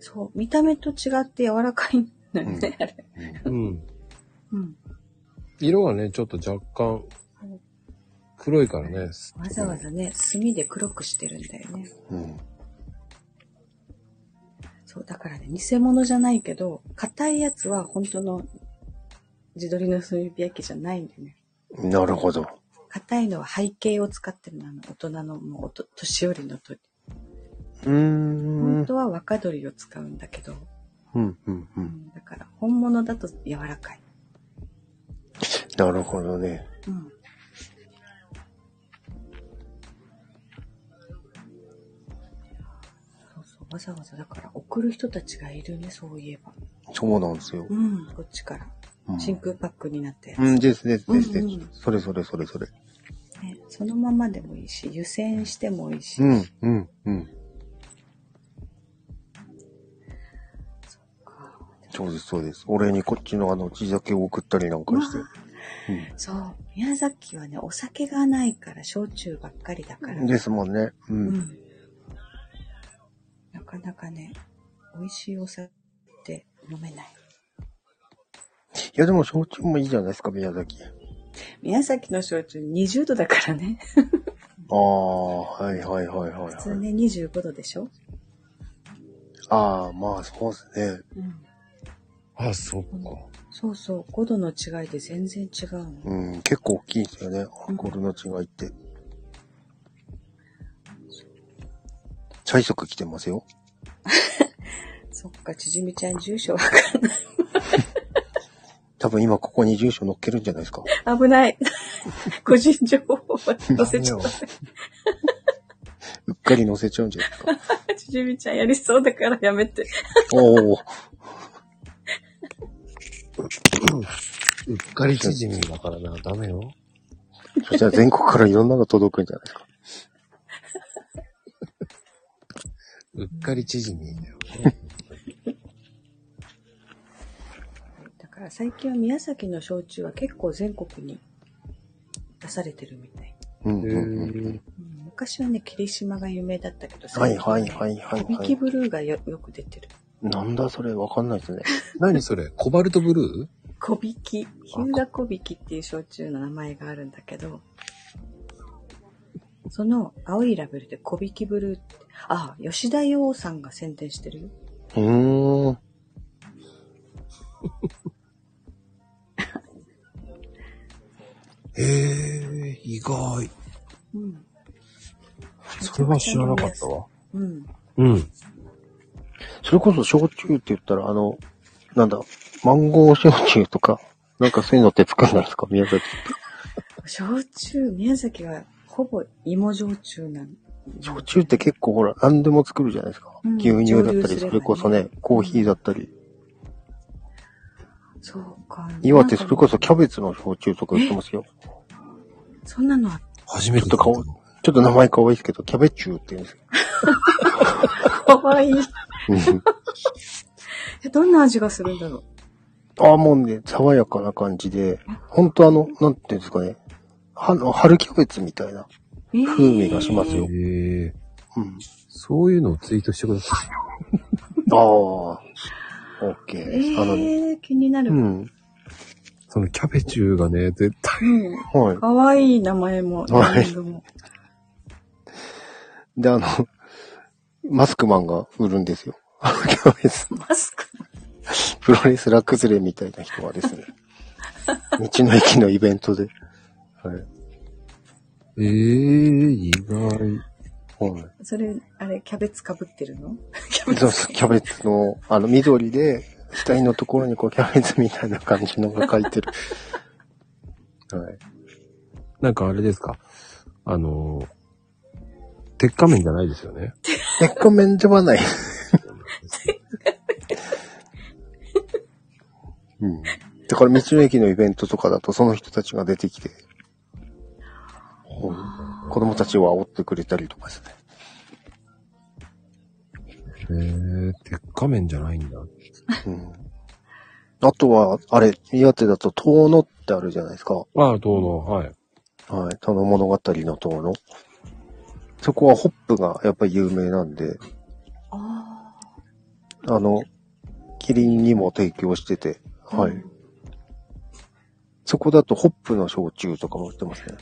そう、見た目と違って柔らかいんだよね、あれ。うん。うん。色がね、ちょっと若干うん、黒いからね。わざわざね、炭で黒くしてるんだよね。うん。そう、だからね、偽物じゃないけど、硬いやつは本当の自撮りの炭火焼きじゃないんだよね。なるほど。硬いのは背景を使ってるの、あの、大人の、もうおと、年寄りの鳥。うーん。う本ん当は若鳥を使うんだけど、うんうんう。うんんだから本物だと柔らかい。なるほどね。うん。そうそう、わざわざだから送る人たちがいるね、そういえば。そうなんですよ。うん、こっちから。うん真空パックになって、うん、ですですですでうすんうん。それそれそれそれ。ね。そのままでもいいし、湯煎してもいいし。うん、うん、うん。かそうです、そうです。お礼にこっちのあの、地酒を送ったりなんかして。まそう、宮崎はね、お酒がないから、焼酎ばっかりだから。うん。ですもんね。う。うんん。なかなかね、美味しいお酒って飲めない。いや、でも、焼酎もいいじゃないですか、宮崎。あ宮崎の焼酎20度だからね。あー、はいはいはいはい、普通はい。ね、25度でしょああ、まあ、そうですね。うん。あ、そっか。そうそう、5度の違いで全然違うの。うん、結構大きいですよね。アルコールの違いって。チャイソク来てますよ。そっか、ちじみちゃん住所わ多分今ここに住所載っけるんじゃないですか。かん危ない。 [laughs] 個人情報を載せちゃっダうっかり載せちゃうんじゃないです [laughs] か。た。ちじみちゃんやりそうだからやめて。おお、うっかり縮みだからな、ダメよ。そしたら全国からいろんなの届くんじゃないですか。うっかり縮みだよ。だから最近は宮崎の焼酎は結構全国に出されてるみたい。うんううんうん。ん。うん昔はね、霧島が有名だったけど、はいはいはいはい、ミはキい。ブルーがよよく出てる。なんだそれわかんないですね。何それコバルトブルー小引き、日向小引きっていう焼酎の名前があるんだけど、その青いラベルで小引きブルーって、あ、吉田洋さんが宣伝してるよ。うーん。へえ、意外。うん。それは知らなかった。わ。うん。うん。それこそ焼酎って言ったら、あの、なんだ、マンゴー焼酎とか、なんかそういうのって作んないですか宮崎。焼酎、宮崎はほぼ芋焼酎なの。焼酎って結構ほら、何でも作るじゃないですか。うん牛乳だった蒸留すればり、ねそれこそね、コーヒーだったり。そうか。岩手それこそキャベベツの焼酎とか売ってますよ。ツ。そんなのあっ初めて聞いちょっとた顔ちょっと名前可愛いですけど、キャベチューって言うんですよ。た。かわ [laughs] いい。うんえどんな味がするんだろう。ああ、もうね、爽やかな感じで、ほんとあの、なんていうんですかね、あの、春キャベツみたいな風味がしますよ。へえ、うん。そういうのをツイートしてください。ああ、オッケえー。あのね、ー、気になる。ううん。ん。そのキャベチューがね、絶対。はい。かわいい名前も。はいブランドもで、あの、マスクマンが売るんですよ。 [laughs] キャベツ。マスク。プロレスラ崩れみたいな人はです [laughs] ね、道の駅のイベントで、はえい。え、意外。はい。それ、あれ、キャベツかぶってるのキャそうそう、キャベツの、あの、緑で、額のところにこう、キャベツみたいな感じのが書いてる。はい。なんかあれですかあの、鉄仮面じゃないですよね。結構面ではない。うん。だから、道の駅のイベントとかだと、その人たちが出てきて、うん子供たちを煽ってくれたりとかですね。へえ、鉄仮面じゃないんだ。うん。あとは、あれ、岩手だと、遠野ってあるじゃないですか。ああ、どうの、はい。はい。その物語の遠野。そこはホップがやっぱり有名なんで、ああの、キリンにも提供してて、あ。はい。そこだとホップの焼酎とかも売ってますね。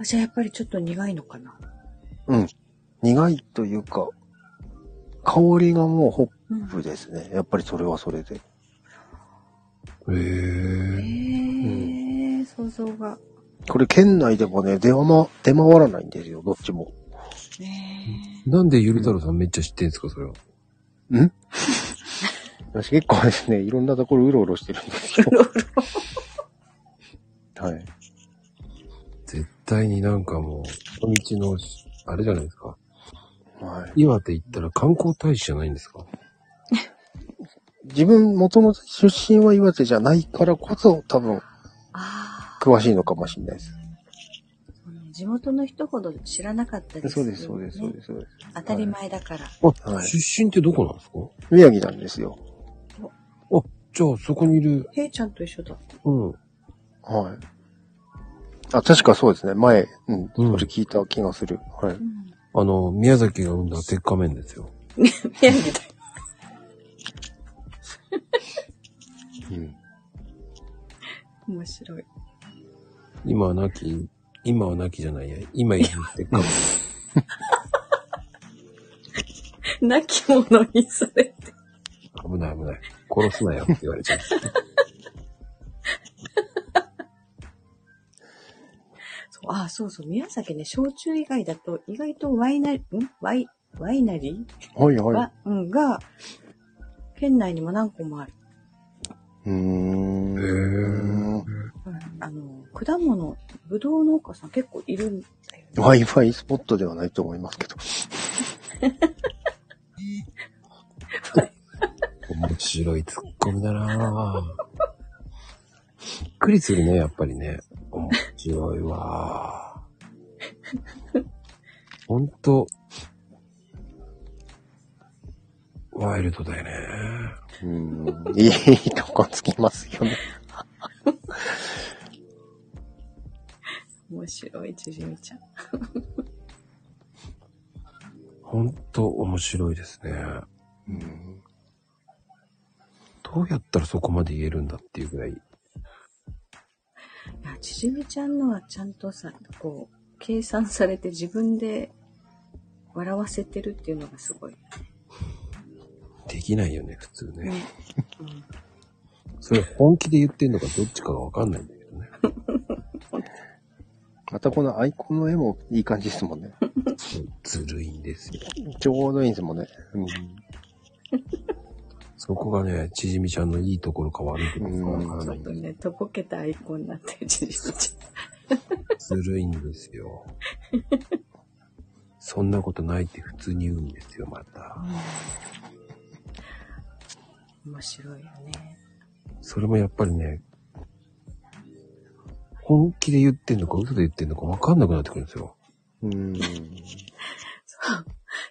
あじゃあやっぱりちょっと苦いのかな。うん。苦いというか、香りがもうホうッんプですね。やっぱりそれはそれで。へへえ。え、想像が。これ県内でもね、出回、出回らないんですよ、どっちも。ねなんでゆり太郎さんめっちゃ知ってんすか、それは。ん [laughs] 私結構ですね、いろんなところうろうろしてるんですよ。はい。絶対になんかもう、この道の、あれじゃないですか。はい。岩手行ったら観光大使じゃないんですか自分、もともと出身は岩手じゃないからこそ、多分、あ詳しいのかもしれないです。あ、地元の人ほど知らなかったですそようね、です、そうです、そうです、そうで当たり前だから。あ、はい出身ってどこなんですかす。宮城なんですよ。じゃあ、そこにいる。ヘイちゃんと一緒だ。うん。はい。あ、確かそうですね。前、うん、うんそれ聞いた気がする。はい。うん。あの、宮崎が生んだ鉄仮面ですよ。宮城だ。うん。面白い。今はなき、今はなきじゃないや。今いる鉄仮面。亡き者にされて。危ない危ない。殺すなよって言われちゃう。ああ、そうそう。宮崎ね、焼酎以外だと、意外とワイナリ、んワイ、ワイナリはいーはが、うん、が、県内にも何個もある。い。うーん。へあの、果物、ぶどう農家さん結構いるんだよね。 Wi-Fi スポットではないと思いますけど。面白いツッコミだなぁ。びっくりするね、やっぱりね。面白いわぁ。ほんと、ワイルドだよね。うー [laughs] ん。いいとこつきますよね。面白い、ちじみちゃん。ほんと面白いですね。うん。どうやったらそこまで言えるんだっていうぐらい。いや、ちじみちゃんのはちゃんとさ、こう、計算されて自分で笑わせてるっていうのがすごい。できないよね、普通ね。ね。うん。それ本気で言ってんのかどっちかがわかんないんだけどね。またこのアイコンの絵もいい感じですもんね。ずるいんですよ。ちょうどいいですもんね。そこがね、ちじみちゃんのいいところか悪いところかわからちなょいっんとだけどね、とぼけたアイコンになってるちじみちずるいんですよ。そんなことないって普通に言うんですよ、またゃん。。面白いよね。それもやっぱりね、本気で言ってんのか嘘で言ってんのかわかんなくなってくるんですよ。うん。うん。そう、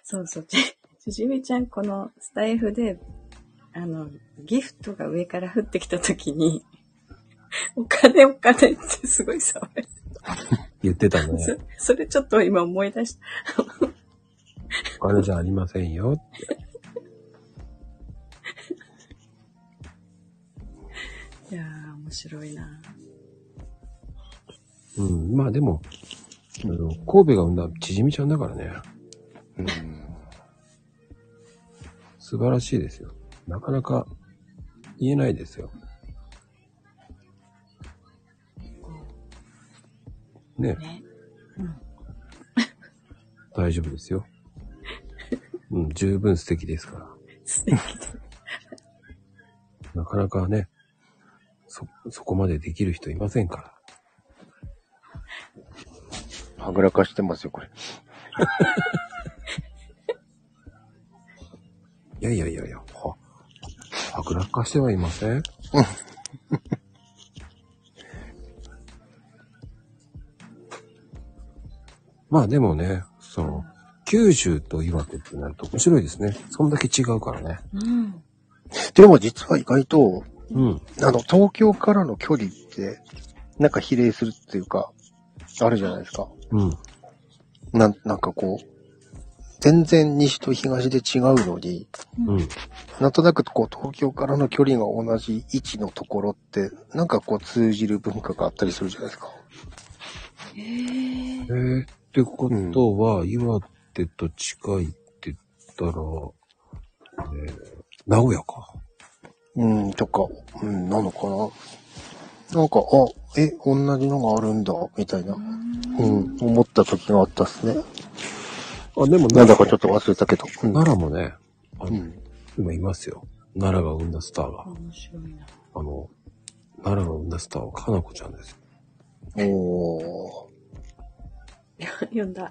そうそう、 [laughs] ちちじみちゃん、このスタイフで、あの、ギフトが上から降ってきたときに、 [laughs] お金お金って [laughs] すごい騒い言ってたそね。それちょっと今思い出した。お金じゃありませんよって。いやー、面白いな。うん。まあでも、あの神戸が生んだちじみちゃんだからね、うん。素晴らしいですよ。なかなか言えないですよ。ね。ね。大丈夫ですよ。うん、十分素敵ですから。素敵だ。なかなかね、そ、そこまでできる人いませんかはぐらかしてますよ、これ。ら。いやいやいやいや、は、はぐらかしてはいません。まあでもね、その、九州と岩手ってなると面白いですね。そんだけ違 [laughs] うからね。うん。でも実は意外と、うん。あの、東京からの距離って、なんか比例するっていうか、あるじゃないですか。うん。なん、なんかこう、全然西と東で違うのに、うん。なんとなくこう、東京からの距離が同じ位置のところって、なんかこう通じる文化があったりするじゃないですか。へええ。ー、ってことは、岩手と近いって言ったら、えー名古屋か。うん、とか、うん、なのかな。なんか、あ、え、同じのがあるんだ、みたいな、うん、思った時があったっすね。あ、でもなんだかちょっと忘れたけど。うん奈良もね、あの、うん今いますよ。奈良が生んだスターが。面白いな。 [laughs] あの、奈良が生んだスターはかなこちゃんですよ。おー。読んだ。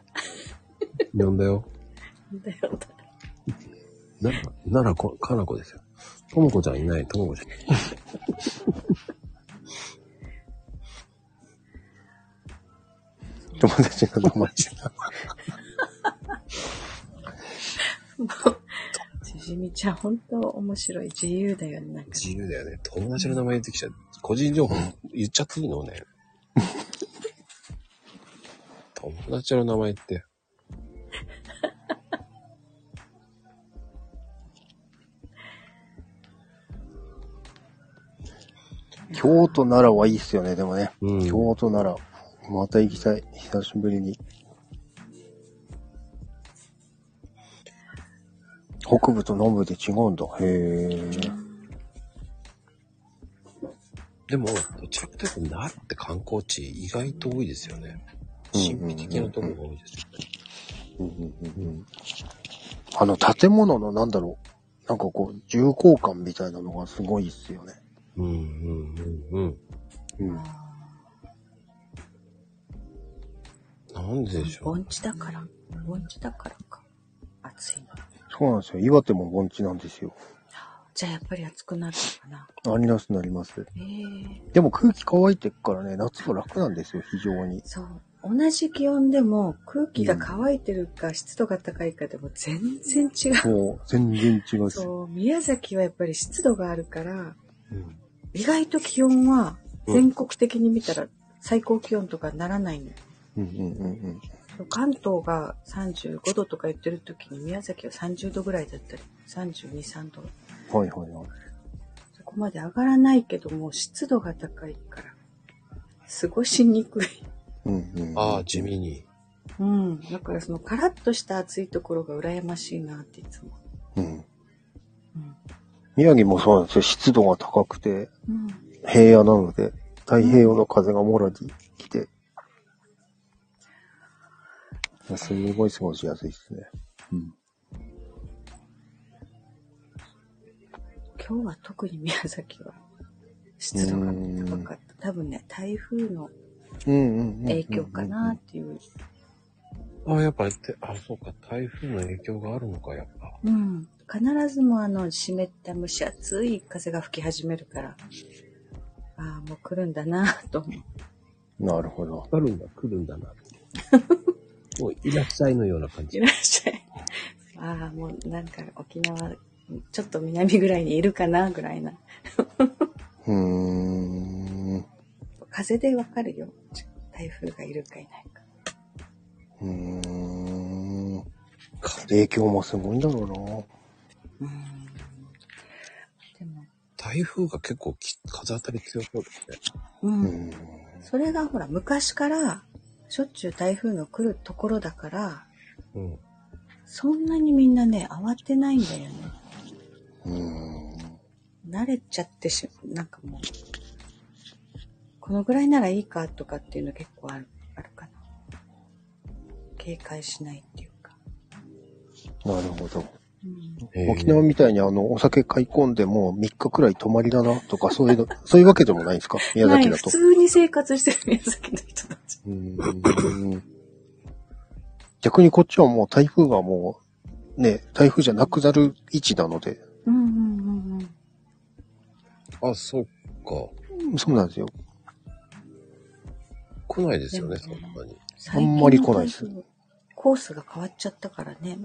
呼んだよ。読んだ読んだ。な奈良こ、かなこですよ。ともこちゃんいない、ともこちゃん。友達の名前じゃちじみちゃん、本当面白い。自由だよね。なんか自由だよね。友達の名前言ってきちゃう。個人情報言っちゃっていいのね。友達の名前って。京都奈良はいいっすよね、でもね。うん京都奈良。また行きたい。久しぶりに。北部と南部で違うんだ。へえ。でも、どちらかというと奈良って観光地意外と多いですよね。神秘的なとこが多いですよね。うんうんうんうんあの、建物のなんだろう。なんかこう、重厚感みたいなのがすごいっすよね。うんうんうんうん。うん。なんでしょう盆。地だから。盆地だからか。暑いの。そうなんですよ。岩手も盆地なんですよ。じゃあやっぱり暑くなるのかな。ありなすなります。ええでも空気乾いてっからね、夏は楽なんですよ、非常に。そう。同じ気温でも空気が乾いてるか湿度が高いかでも全然違う。もう、全然違うし。そう、宮崎はやっぱり湿度があるから、うん意外と気温は全国的に見たら最高気温とかならないのよ。うんうんうん関東が35度とか言ってる時に宮崎は30度ぐらいだったり、32、3度。うん。はいはいはい。そこまで上がらないけども、湿度が高いから、過ごしにくい。うんうん。ああ、地味に。うん。だからそのカラッとした暑いところが羨ましいなっていつも。うん。うん。宮城もそうなんですよ。湿度が高くて、うん。平野なので、太平洋の風がもらに来て、すごい過ごしやすいですね。うん。今日は特に宮崎は湿度が高かった。多分ね、台風のうんうんうんうん、影響かなっていう。ああ、やっぱ、てあそうか、台風の影響があるのか、やっぱ。うん。必ずもうあの湿った蒸し暑い風が吹き始めるから、ああ、もう来るんだなと思う。なるほど。あるんだ、来るんだな。 [laughs] もう、いらっしゃいのような感いじ。らっしゃい。ああ、もうなんか沖縄、ちょっと南ぐらいにいるかなぐらいな。うーん。う風でわかるよ。台風がいるかいないか。ーん。影響もすごいんだろうん。でも、台風が結構き風当たり強そうですね。う。うな。うんん。それがほら、昔から、しょっちゅう台風の来るところだから、うん。そんなにみんなね、慌てないんだよね。うん。慣れちゃってし、なんかもう、このぐらいならいいかとかっていうの結構ある、あるかな。警戒しないっていうか。なるほど。うん。へー沖縄みたいにあの、お酒買い込んでもう3日くらい泊まりだなとか、そういうの、 [laughs] そういうわけでもないんですか宮ない崎だ普と。通に生活してる宮崎の人たち。うーん逆にこっちはもう台風がもう、ね、台風じゃなくなる位置なので、うんうんうんうん。あ、そっか。そうなんですよ。来ないですよね、そでんもねなに。あんまり来ないです最近の台風。コースが変わっちゃったからね。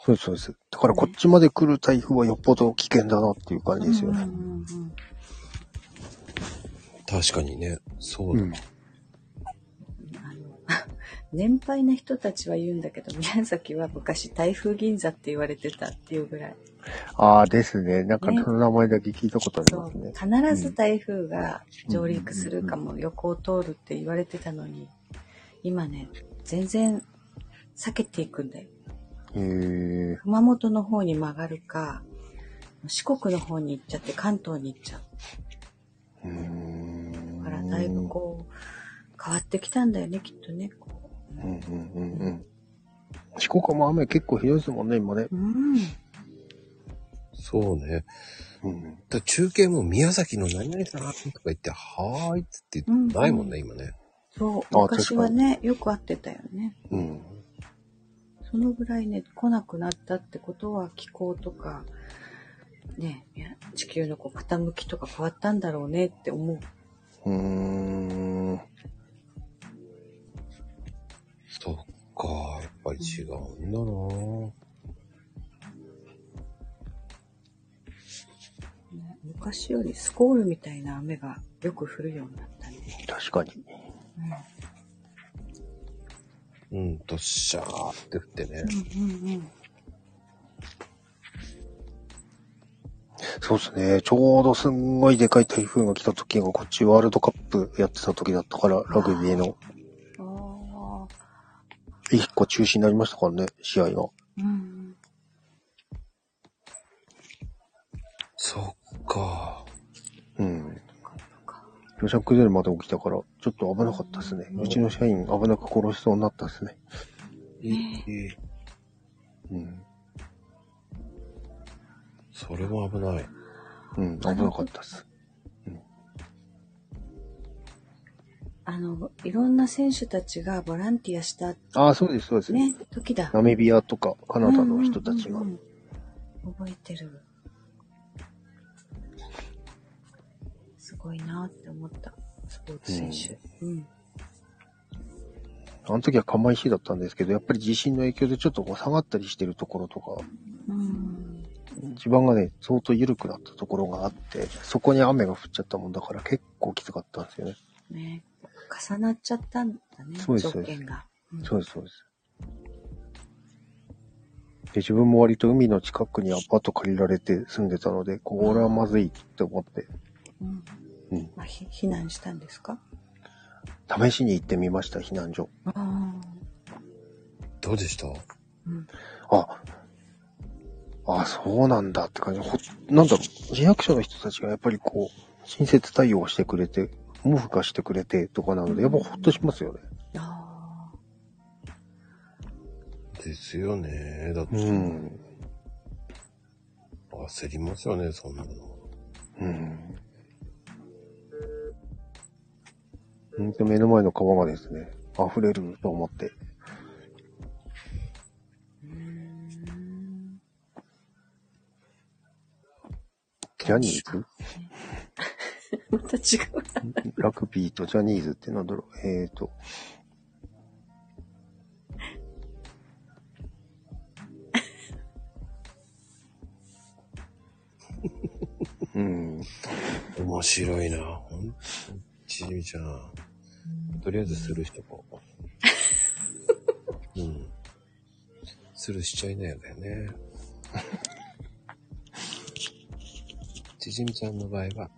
そうです、そうです。だからこっちまで来る台風はよっぽど危険だなっていう感じですよねうん。うんうんうん確かにね。そううだ。ん。あの年配な人たちは言うんだけど、 [laughs] 宮崎は昔台風銀座って言われてたっていうぐらい。ああですね。なんかねその名前だけ聞いたことありそまうすね。。必ず台風が上陸するかも、横を通るって言われてたのに、今ね、全然避けていくんだよ。へえ。熊本の方に曲がるか、四国の方に行っちゃって関東に行っちゃう。うーん。だからだいぶこう、変わってきたんだよね、きっとね。こうんうんうんうん。四国も雨結構ひどいですもんね、今ね。ううん。そうね。うん。だ中継も宮崎の何々さんとか言って、はーいっつって言ってないもんね、今ね。そう、あ昔はね、よく会ってたよね。うん。そのぐらいね、来なくなったってことは気候とか、ね、いや地球のこう傾きとか変わったんだろうねって思う。うーん。そっか。やっぱり違うんだなぁね昔よりスコールみたいな雨がよく降るようになったね。確かに。うん、とシャーって降ってね。うんうんうん。そうですね。ちょうどすんごいでかい台風が来た時が、こっちワールドカップやってた時だったから、ラグビーの、ああ。一個中止になりましたからね、試合が。うん。そっか。うん。そっかそっか。土砂崩れまで起きたから、ちょっと危なかったですね。うちの社員危なく殺しそうになったですね。ええうん。それも危ない。うん、危なかったです。あの、いろんな選手たちがボランティアしたああ、そうです、そうです。ね、時だ。ナメビアとかカナダの人たちがうんうん。うんうん覚えてる。すごいなって思った、スポーツ選手。うん。あの時は釜石だったんですけど、やっぱり地震の影響でちょっとこう下がったりしてるところとか、うん。地盤がね、相当緩くなったところがあって、そこに雨が降っちゃったもんだから結構きつかったんですよね。ね、重なっちゃったんだね、そうです条件が。うんそうです、そうです。で、自分も割と海の近くにアパート借りられて住んでたので、これはまずいって思って、うんうんまあ、ひ避難したんですか試しに行ってみました、避難所。ああ。どうでしたうん。あ、あ、そうなんだって感じ。ほ、なんだろう、市役所の人たちがやっぱりこう、親切対応してくれて、毛布化してくれてとかなので、やっぱほっとしますよね。ああ。ですよね。だって、うん。焦りますよね、そんなの。うん。ほんと目の前の川がですね、溢れると思って。うーん。ジャニーズまた違う。ラグビーとジャニーズってなんだろうえーと。うん。面白いな。ほんちじみちゃん。とりあえずスルーしとこう。うん。スルーしちゃいないよね。ちじみちゃんの場合は、えー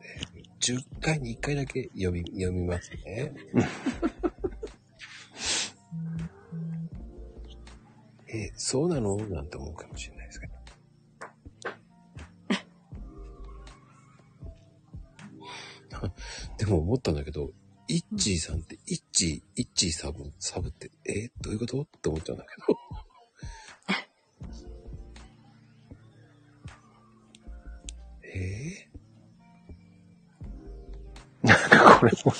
10回に1回だけ読み、読みますね。え、そうなのなんて思うかもしれないですけど。でも思ったんだけど、イッチーさんって、イッチー、イッチーサブ、サブって、えどういうことって思っちゃうんだけど。えなんかこれも、ー、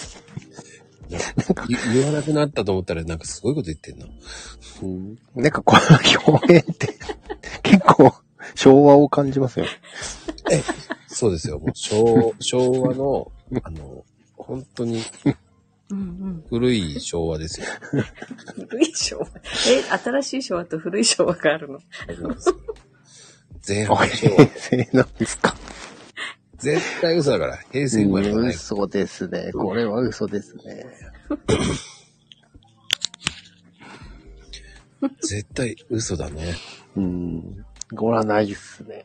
なんか、い言わなくなったと思ったら、なんかすごいこと言ってんな。うんなんかこの表現って結構昭和を感じますよ。そうですよ、もう [laughs] 昭、昭和の、あの、本当にうんうん。古い昭和 [laughs] ですよ。古い昭和。え、新しい昭和と古い昭和があるの。前あ半昭平和。成なんですか絶対嘘だから、平成生まれじゃない。嘘ですね。これは嘘ですね。絶対嘘だね。うん。ごらないっすね。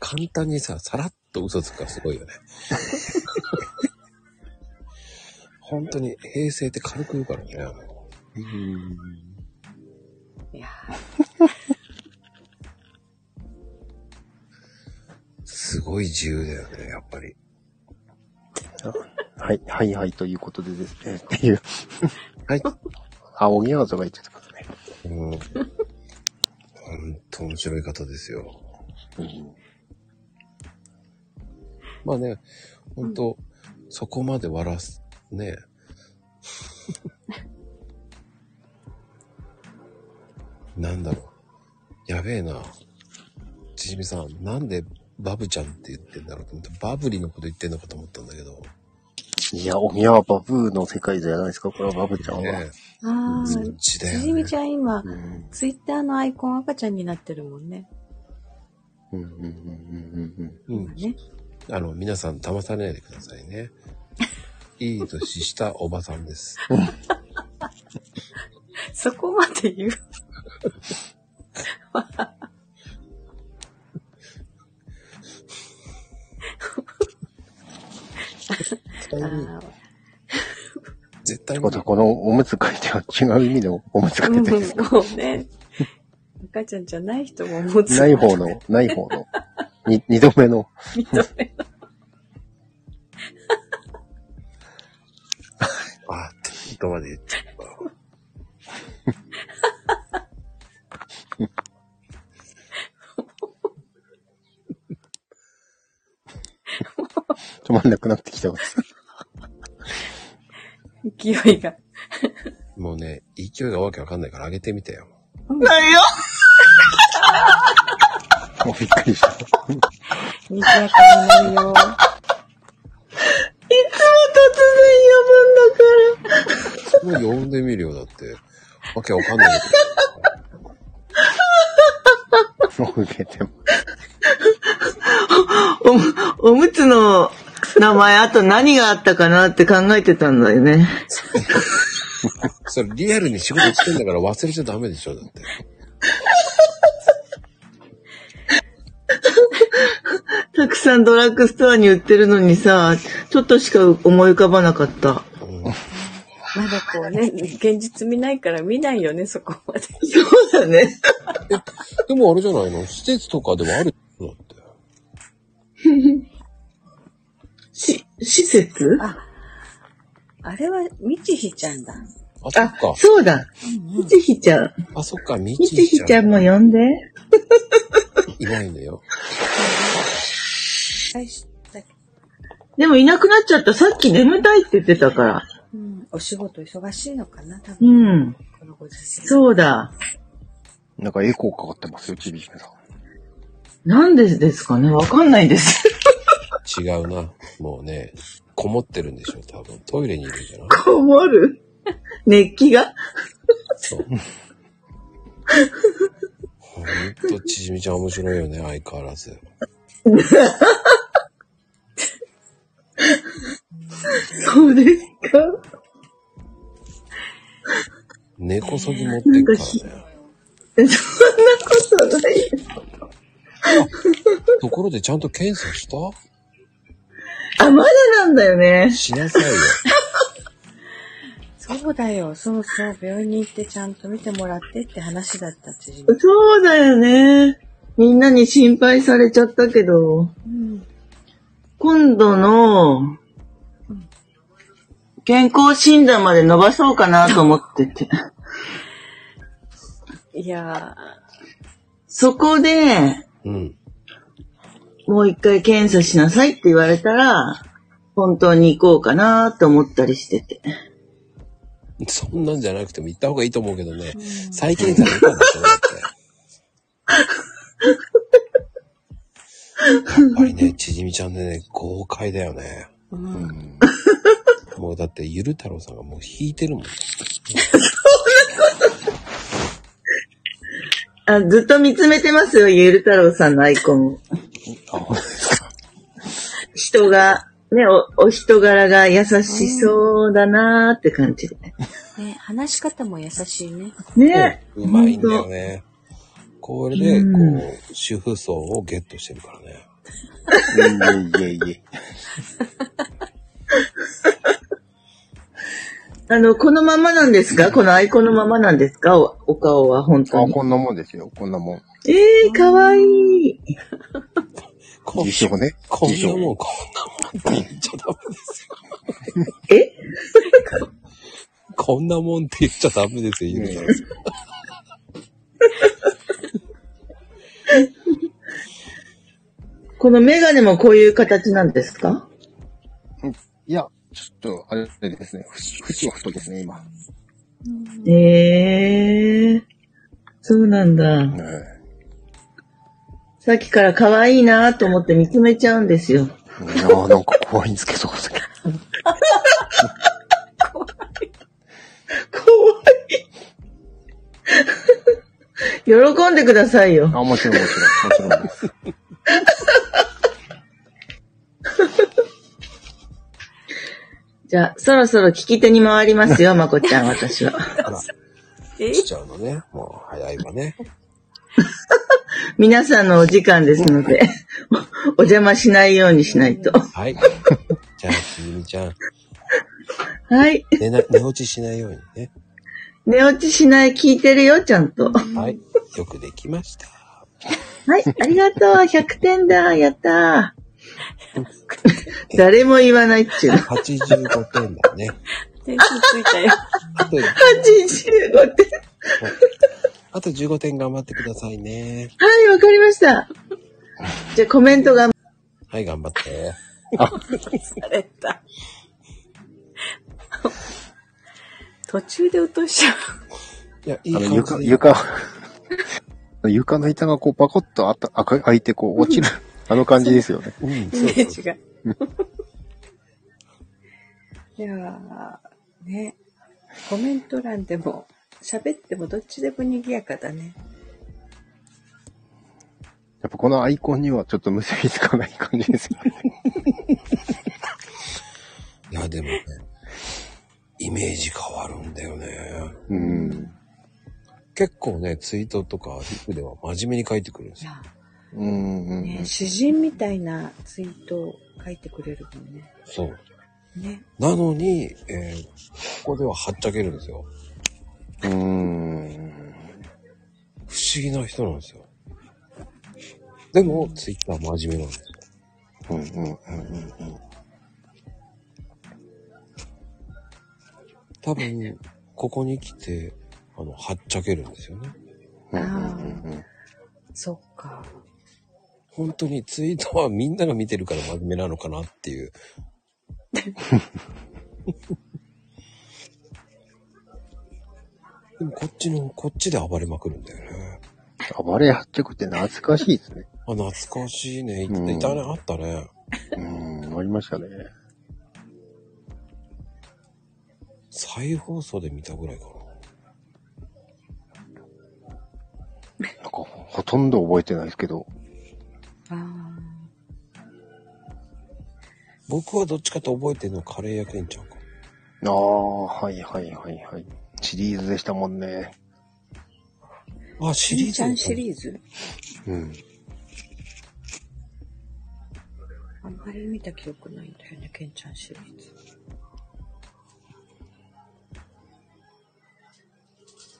簡単にさ、さらっと嘘つくからすごいよね。本当に平成って軽く言うからね。うん。いやすごい自由だよね、やっぱり。はい、はいはいということでですね。っていう。はい。あ、おぎやわざが言ってたことね。うん。本当面白い方ですよ。まあね、本当、そこまで笑わす、ね。なんだろう。やべえな。ちじみさん、なんでバブちゃんって言ってんだろうと思って、バブリのこと言ってんのかと思ったんだけど。いや、おぎやはバブーの世界じゃないですか、これはバブちゃんは。ねーあそあっ。ちだよ、ね。ちじみちゃん今う、ん。ツイッターのアイコン赤ちゃんになってるもんね。うん、うん、うん、うん、うん今。ね。あの、皆さん騙されないでください [laughs] ね。いい年したおばさんです。そこまで言う。絶対に、あ絶対うん。にまたこのおむつ書いては違う意味のおむつあ、書もいて [laughs] です。うね。赤ちゃんじゃない人も持つ。ない方の、ない方の。に二度目の。認める。あーってことまで言っちゃった。止まんなくなってきたわ。勢いが。もうね、勢いがわけわかんないから上げてみてよ。ないよもうびっくりした。にぎやかになるよ。いつも突然す呼ぶんだから。ごい呼んでみるよ、だって。わけわかんないけもう受けても。お、おむつの名前、あと何があったかなって考えてたんだよね。ど。それリアルに仕事してんだから忘れちゃダメでしょ、だって。たくさんドラッグストアに売ってるのにさ、ちょっとしか思い浮かばなかった。うんまだこうね、現実見ないから見ないよね、そこまで。そうだね。でもあれじゃないの施設とかでもあるのって。し、施設あ、あれは、みちひちゃんだ。あ、そっあか、。そうだ。みちひちゃん。あ、そっか、みみちちひひちちゃゃんんも呼んで。いないんだよ。最初だでもいなくなっちゃった。さっき眠たいって言ってたから。うん、お仕事忙しいのかな、多う分、ん。このご時世。そうだ。なんかエコーかかってますよ、ちびひめさん。なんでですかねわかんないです。 [laughs] 違うな。もうね、こもってるんでしょ、多分。トイレにいるんじゃないこもる熱気がそう。ほんと、ちじみちゃん面白いよね、相変わらず。そうですか根こそぎ持ってるからね。そんなことない。ところでちゃんと検査したあ、まだなんだよね。しなさいよ。そうだよ、そうそう、病院に行ってちゃんと見てもらってって話だった、ちじみ。そうだよね。みんなに心配されちゃったけど、うん。今度の、健康診断まで伸ばそうかなと思ってて。いやそこで、うん。もう一回検査しなさいって言われたら、本当に行こうかなと思ったりしてて。そんなんじゃなくても行った方がいいと思うけどね。再検査見たんでしょだって。やっぱりね、ちじみちゃんでね、豪快だよね。ー、うん。うん。もうだって、ゆる太郎さんがもう引いてるもん。あずっと見つめてますよ、ゆる太郎さんのアイコンを。人が、ね、お、お人柄が優しそうだなーって感じで。ね、話し方も優しいね。ね。うまいんだよね。これで、こうんう、主婦層をゲットしてるからね。いえいえいえ。あの、このままなんですかこのアイコンのままなんですかおお顔は本当あ、に。こんなもんですよ、こんなもん。ええー、かわいい。こ自称ね。こん自な称。もん、こんなもんって言っちゃダメですよ。えこんなもんって言っちゃダメですよ、ゆる太郎さん。このメガネもこういう形なんですかいや、ちょっと、あれですね。節は太いですね、今。ええー。そうなんだ。うさっきから可愛いなーと思って見つめちゃうんですよ。ん。いやーなんか怖いんですけど、かわいい。喜んでくださいよ。あ、もちろん、もちろん、もちろんです。じゃあ、そろそろ聞き手に回りますよ、まこちゃん、私は。あら、え来ちゃうのね。もう、早いわね。皆さんのお時間ですので、 [laughs] お邪魔しないようにしないと。はい。 [laughs] じゃあ、ちじみちゃん、はい。寝な、寝落ちしないようにね。寝落ちしない、聞いてるよ、ちゃんと。はい。よくできました。はい、ありがとう !100 点だやったー [laughs] 誰も言わないっちゅうの。 85点だね。点数ついたよ。あと、 85点。あと15点頑張ってくださいね。はい、わかりました。じゃあコメントが、はい、頑張って。された。途中で落としちゃいう。や、いいあ感の、じ床、で。床、床の板がこう、パコッとあった、あか開いて、こう、落ちる。あの感じですよね。うん、イそうメーそジが。いやー、ね。コメント欄でも、喋ってもどっちでも賑やかだね。やっぱこのアイコンにはちょっと結びつかない感じですよね。う。いや、でもね、イメージ変わるんだよね。うん。結構ね、ツイートとか、リプでは真面目に書いてくるんですいよ。や、うんうんね、詩人みたいなツイートを書いてくれるもんね。そう。ね。なのに、えーここでははっちゃけるんですよ。うん。うん。不思議な人なんですよ。でも、ツイッター真面目なんですよ。うんうんうんうん多分、ここに来て、あの、はっちゃけるんですよね。うんうんそっか。本当にツイートはみんなが見てるから真面目なのかなっていう。でもこっちの、こっちで暴れまくるんだよね。うん。暴れ発着って懐かしいですね。あ、懐かしいね。いいたね、あったね。うん、ありましたね。再放送で見たぐらいかな。なんか、ほとんど覚えてないですけど。あ僕はどっちかと覚えてるのはカレー焼けんちゃうか。ああ、はいはいはいはい。シリーズでしたもんね。あ、ー。シリーりーズちゃんシリーズうん。あんまり見た記憶ないんだよね、ケンちゃんシリーズ。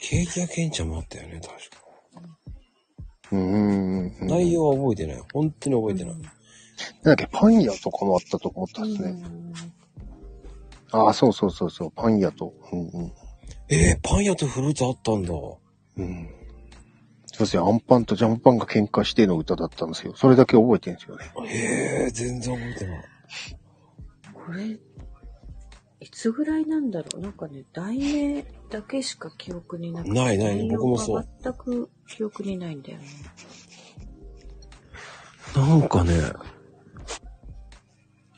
ケーキ屋ケンちゃんもあったよね、確か。うんうんうん。内容は覚えてない。本当に覚えてない。なんだっけ、パン屋とかもあったと思ったんですね。うんああ、そうそうそうそう、パン屋と。うんうん。えー、パン屋とフルーツあったんだ。うん。そうですね、アンパンとジャムパンが喧嘩しての歌だったんですよ。それだけ覚えてるんですよね。えー、全然覚えてない。これ、いつぐらいなんだろうなんかね、題名だけしか記憶になくて。ないない内容僕もそうが全く記憶にないんだよね。なんかね、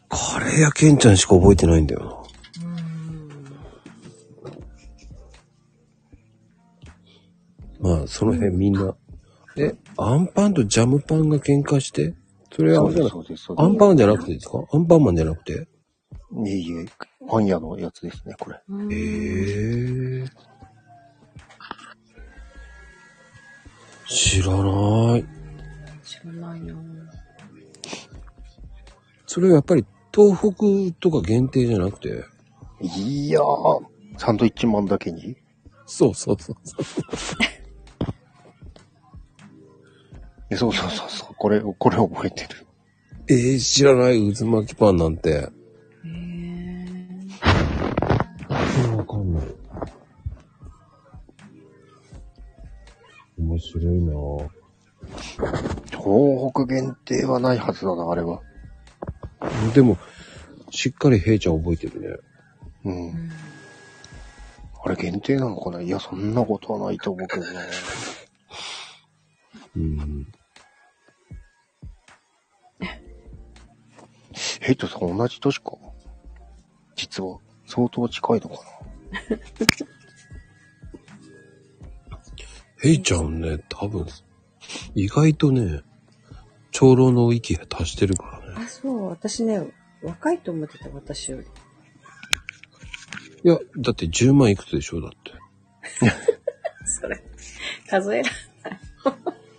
カレー屋ケンちゃんしか覚えてないんだようーん。な。まあ、その辺みんな。え、アンパンとジャムパンが喧嘩してそれはあそれうじゃなです、いそうです、そうアンでパンじゃなくてですかアンパンマンじゃなくてす。いえいえ、パン屋のやつですね、これ。うええんー。知らない。知らないなぁそれはやっぱり東北とか限定じゃなくて。いやー、サンドイッチマンだけに。そうそうそうそう。えそうそうそうそう、これ、これ覚えてる。ええ知らない渦巻きパンなんて。へーわかんない。面白いなぁ。東北限定はないはずだな、あれは。でも、しっかりヘイちゃん覚えてるね。うん。あれ限定なのかないや、そんなことはないと思うけどな。うん。ヘイトさん同じ年か実は、相当近いのかヘイちゃんね、多分、意外とね、長老の域が足してるからね。あ、そう、私ね、若いと思ってた、私より。いや、だって10万いくつでしょだって。それ、数えら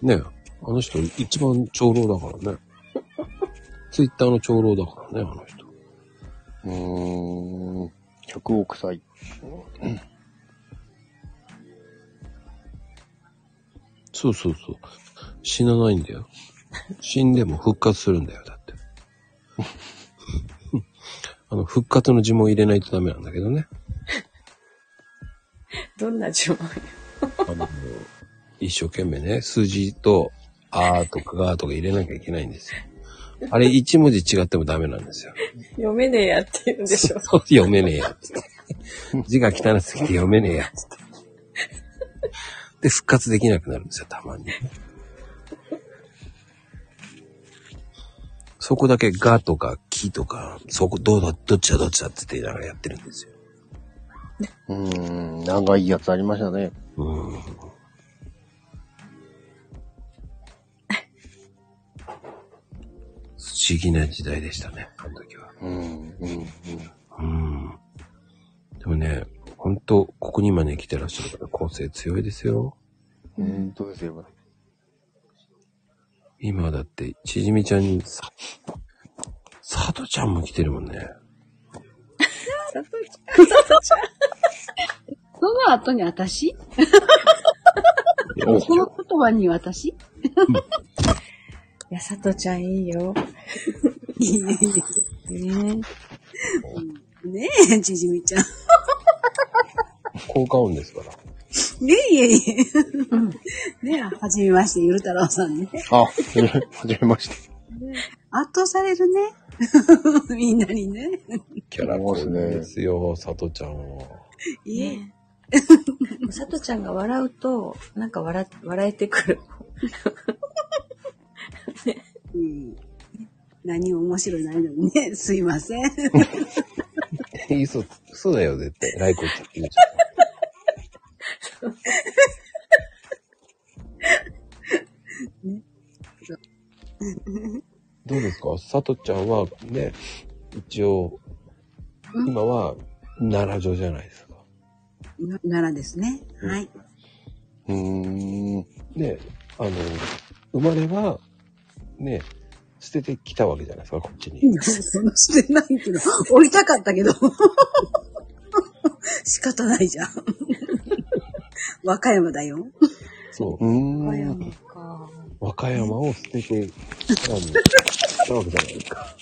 ねえあの人一番長老だからね。ツイッターの長老だからね、あの人。なうーん。100億歳。そうそうそう。死なないんだよ。死んでも復活するんだよ、だって。 [laughs] あの、復活の呪文入れないとダメなんだけどね。どんな呪文あの、一生懸命ね、数字と、あーとかがーとか入れなきゃいけないんですよ。あれ一文字違ってもダメなんですよ。 [laughs] 読めねえやって言うんでしょ。そう [laughs] 読めねえやっつって。字が汚すぎて読めねえやっつって。で、復活できなくなるんですよ、たまに。そこだけがとかきとか、そこどうだ、どっちだどっちだって言いながらやってるんですよ。うーん、長いやつありましたね。うん。不思議な時代でしたね、あの時は。うん、うん、うん。うん。でもね、ほんと、ここに今ね、来てらっしゃる方、構成強いですよ。うん、どうすれば。今だって、ちじみちゃんに、さ、さとちゃんも来てるもんね。 [laughs] その後に私おこの言葉に [laughs] 私いや、さとちゃんいいよ。ねえ。ねえ、ち [laughs] じみちゃん。効果音ですから。ねえ、いえいえ。ねえ、はじめまして、ゆる太郎さんね。あ、えはじめまして。圧倒されるね。 [laughs] みんなにね。キャラ濃いんですよ、さとちゃんは。いえ。さとちゃんが笑うと、なんか笑、笑えてくる。うん何も面白いないのにね。すいません。嘘、嘘だよ、絶対。ライコちゃん言うじゃん。どうですかさとちゃんはね、一応、今は奈良城じゃないですか。な奈良ですね。はい。うーん。ね、あの、生まれは、ね、捨ててきたわけじゃないですか、こっちに。そのしてないけど、 [laughs] 降りたかったけど。 [laughs] 仕方ないじゃん。 [laughs] 和歌山だよ。そうう。和ーん。山か。和歌山を捨ててきたわけじゃないです [laughs] か。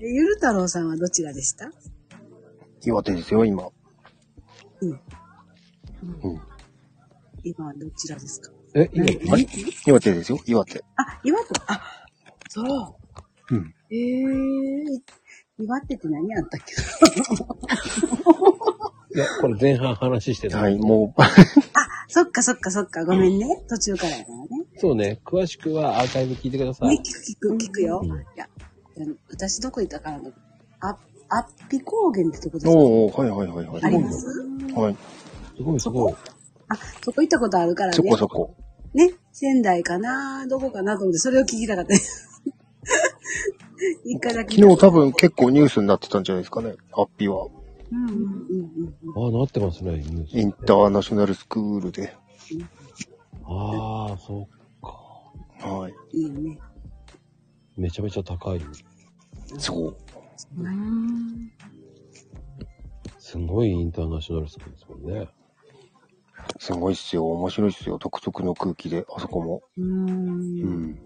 ゆる太郎さんはどちらでした岩手ですよ、今。今はどちらですかえ、今、あれ岩手ですよ、岩手。あ、岩手。あ、そう。うん。えー、岩手って何あったっけいや、これ前半話してた。はい、もそっかそっかそっか、ごめんね。途中からやからね。そうね、詳しくはアーカイブ聞いてくださねい、。聞く聞く、聞くよ。うんいや、あの私どこ行ったかなあ、あっぴ高原ってとこでう、すか [laughs] おーおーはいはいはいはい。ありますはい。すごいすごい。あ、そこ行ったことあるからね。そこそこ。ね、仙台かなどこかなと思って、それを聞きたか [laughs] った。一回だけ。昨日多分結構ニュースになってたんじゃないですかね。ハッピーは。うんうんうんうん。ああ、なってますね。インターナショナルスクールで。ああ、そっか。はい。いいね。めちゃめちゃ高い。そう。うん。すごいインターナショナルスクールですもんね。すごいっすよ。面白いっすよ。独特の空気で、あそこも。うー。うんん。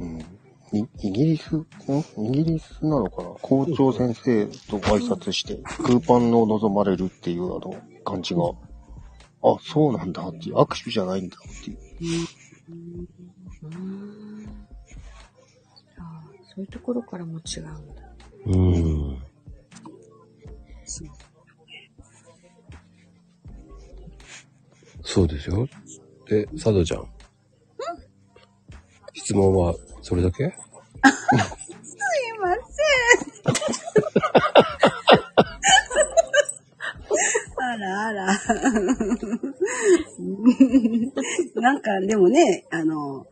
うん。いイギリス、んイギリスなのかな校長先生とご挨拶して、空パンを望まれるっていうあの感じが、あ、そうなんだっていう、握手じゃないんだっていう。あーそういうところからも違うんだ。うん。そうそうですよ。で、佐藤ちゃん。質問はそれだけすいません。あらあら。なんかでもね、あの、なんか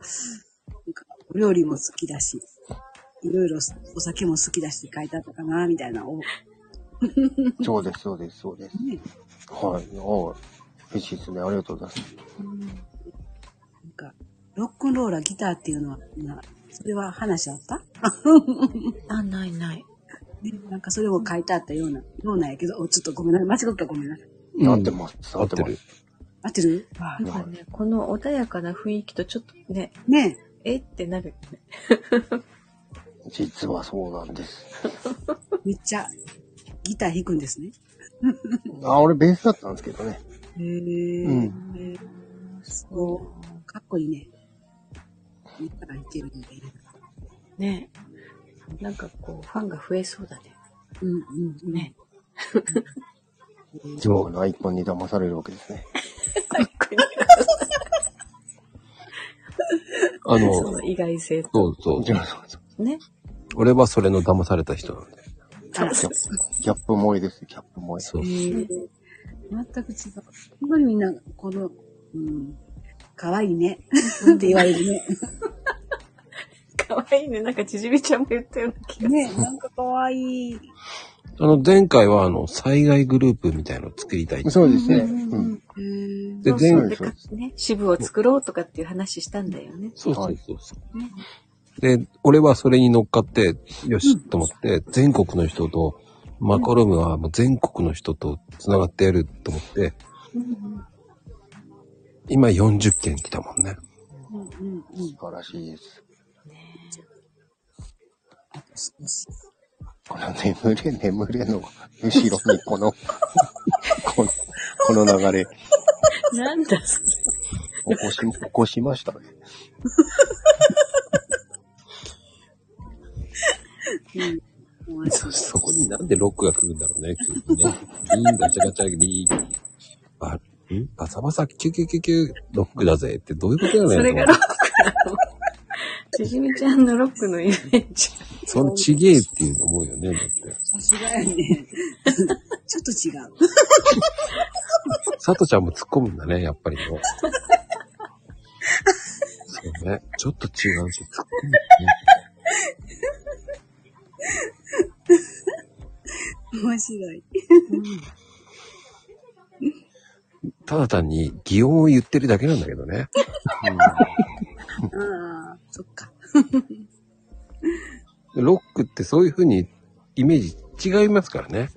お料理も好きだし、いろいろお酒も好きだしって書いてあったかな、みたいな。おそうです、そうです、そうです。はい。ああ、嬉しいですね。ありがとうございます。なんか、ロックンローラーギターっていうのは、なそれは話あったあ、ないない。ねなんかそれも書いてあったような、ようなんやけど、おちょっとごめんなさい。間違ったらごめんなさい。うんなってます。合なっっててまるす。。合ってるなんかね、この穏やかな雰囲気とちょっとね、ねえってなる。実はそうなんです。え、めっちゃギター弾くんですね。あ、俺ベースだったんですけどね。へえ。うーん。すごい。かっこいいね。ギター弾いてるんで。ね。なんかこう、ファンが増えそうだね。うんうんうん。ね。自分のアイコンに騙されるわけですね。あの、そその意外性とうそうじ。ゃあ、そうそう。ね。俺はそれの騙された人なんで。ギャップギャップ萌えです、ギャップ萌え。そう。全く違う。本当にみんな、この、うん、可愛いね。って言われるね。可愛いね。なんかちじみちゃんも言ったような気が。ね、なんか可愛い。あの、前回はあの、災害グループみたいのを作りたい。そうですね。うんううんん。うんで、そうそう前、でかね、支部を作ろうとかっていう話したんだよね。そうそはういそうそう。ねで、俺はそれに乗っかって、よし、と思って、全国の人と、マカロムはもう全国の人と繋がってやると思って、今40件来たもんね。うんうんうん素晴らしいです。あそうそうこの眠れ眠れの後ろにこ [laughs] の、この、この流れ、起なんだそれこし、起こしましたね。面白いそこになんでロックが来るんだろうね、急にね。リーンガチャガチャリーン。あ、んバサバサ、キュキュキュキュ、ロックだぜってどういうことやねんそれがとロッ思クなの。ちじみちゃんのロックのイメージ。ってそのちげえっていう思うよね、だって。さすが [laughs] やね。ちょっと違う。佐藤ちゃんも突っ込むんだね、やっぱりね。そうね。ちょっと違うし、突っ込むね。面白い。ただ単に擬音を言ってるだけなんだけどね。ああ、そっか。ロックってそういう風にイメージ違いますからね。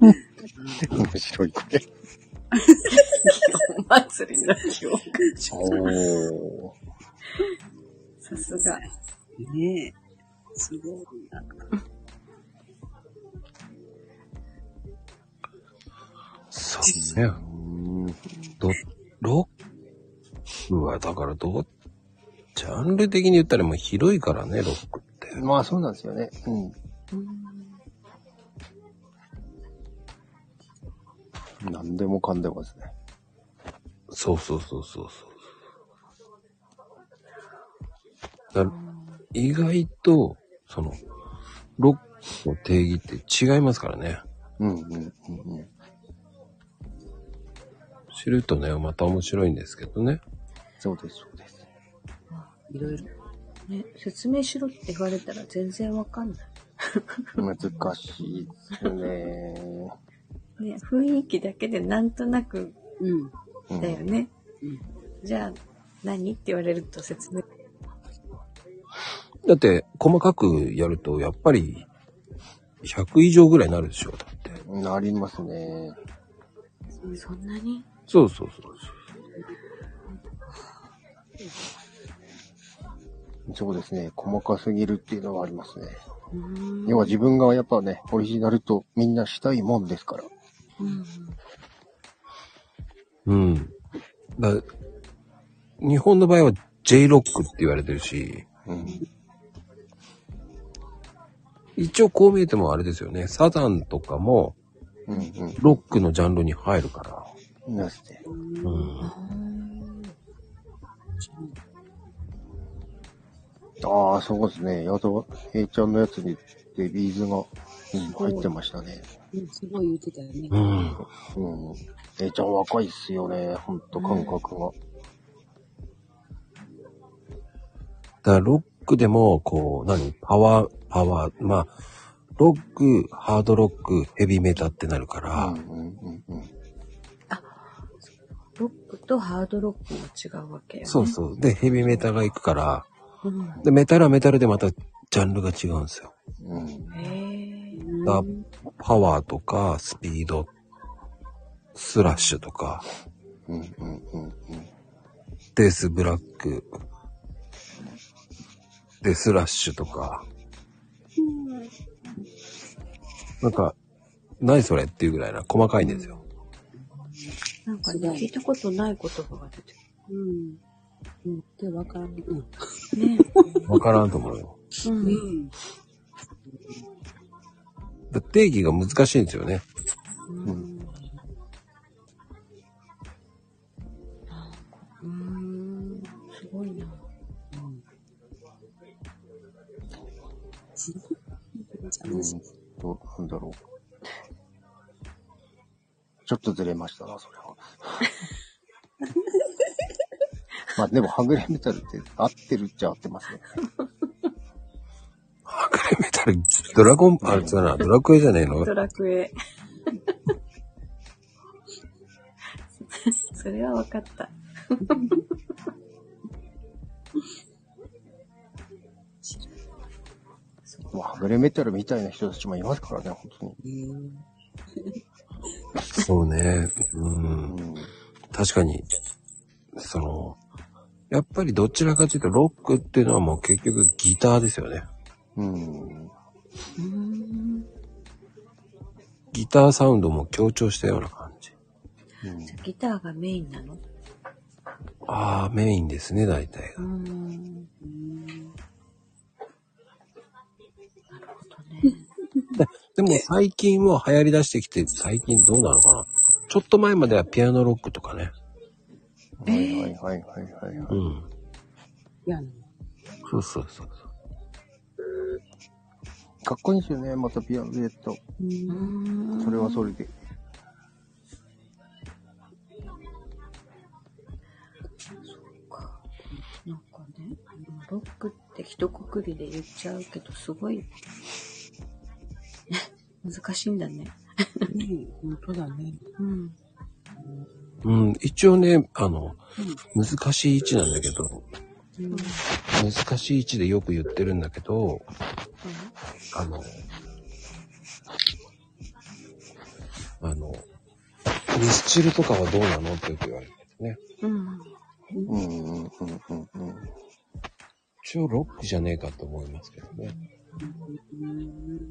うん面白いこれ。お祭りの記憶。おー。さすが。ねえ。すごいな。そうね。うんど、ロックはだからどう、ジャンル的に言ったらもう広いからね、ロックって。まあそうなんですよね。うん。何でもかんでもですね。そうそうそうそうそう。だ意外と、その、ロックの定義って違いますからね。うんうんうんうん。知るとね、また面白いんですけどね。そうです、そうです。いろいろ。ね、説明しろって言われたら全然わかんない。難しいですね。ね、雰囲気だけでなんとなくうん。うんだよね。うんじゃあ、何って言われると説明。だって、細かくやると、やっぱり、100以上ぐらいになるでしょ、だって。なりますね。そんなにそうそうそうそそうですね。細かすぎるっていうのはありますね。うーん要は自分がやっぱね、オリジナルとみんなしたいもんですから。う。ううんん。だ日本の場合は J ロックって言われてるし、うん。一応こう見えてもあれですよね、サザンとかもうんロックのジャンルに入るから。うん。なして。うん。ああ、そうですね。あと、A ちゃんのやつに、で、ビーズが、うん、入ってましたね。うんすごい言ってたよねう。ん。うん。A ちゃん若いっすよね。ほんと感覚が。だからロックでも、こう、何パワー、パワー、まあ、ロック、ハードロック、ヘビメタってなるから、うんうんうんうん。ロックとハードロックも違うわけよ、ね。そうそう。で、ヘビメタが行くから、うん。で、メタルはメタルでまた違ジャンルが違うんですよ。うん。へえ。だパワーとか、スピード、スラッシュとか、うん。うん。うん。うんデスブラック、デスラッシュとか、なんか、何それっていうぐらいな細かいんですよ。なんかすごねい聞、いたことない言葉が出てうん。うん。で、わからん。うん。くる。ねわからんと思うよ。え。うん。うん。だ定義が難しいんですよ [laughs] ね。うんうーん。すごいな。じゃあねどうなんだろう。ちょっとずれましたな、それは。まあでも、はぐれメタルって合ってるっちゃ合ってますね。あれメタル、ドラゴン、あれだな、ドラクエじゃねえのドラクエ。 [laughs] それは分かった。まあはぐれメタルみたいな人たちもいますからね、本当に。そうね。うん。うん。確かに、その、やっぱりどちらかというと、ロックっていうのはもう結局ギターですよね。うん。うーん。ギターサウンドも強調したような感じ。うんじゃあギターがメインなのああ、メインですね、大体うーが。ん。なるほどね。でも最近は流行り出してきて、最近どうなのかな。ちょっと前まではピアノロックとかね。はいはいはいはいはい。はういん。いやね、そうそうそうそう。かっこいいですよね、またピアノでやった。うーん。それはそれで。なんかね、ロックって一括りで言っちゃうけど、すごい、 [laughs] 難しいんだね。うん。本当だね。うん。うん、一応ね、あの、難しい位置なんだけど、うん。難しい位置でよく言ってるんだけど、あの、あの、ミスチルとかはどうなのってよく言われるんですね。うん。うんうんうんうんうん。一応ロックじゃねえかと思いますけどね。うん。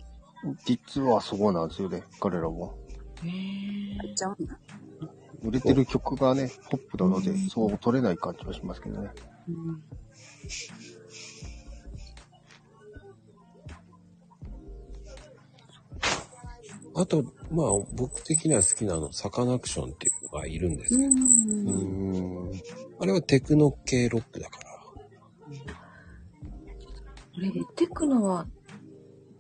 実はそうなんですよね、彼らも。へえ。入っちゃうんだ。売れてる曲がね、ポップなので、そう取れない感じはしますけどね。うん。あと、まあ、僕的には好きなあの、サカナクションっていうのがいるんですけど、ううん。ん。あれはテクノ系ロックだから。あれ、テクノは、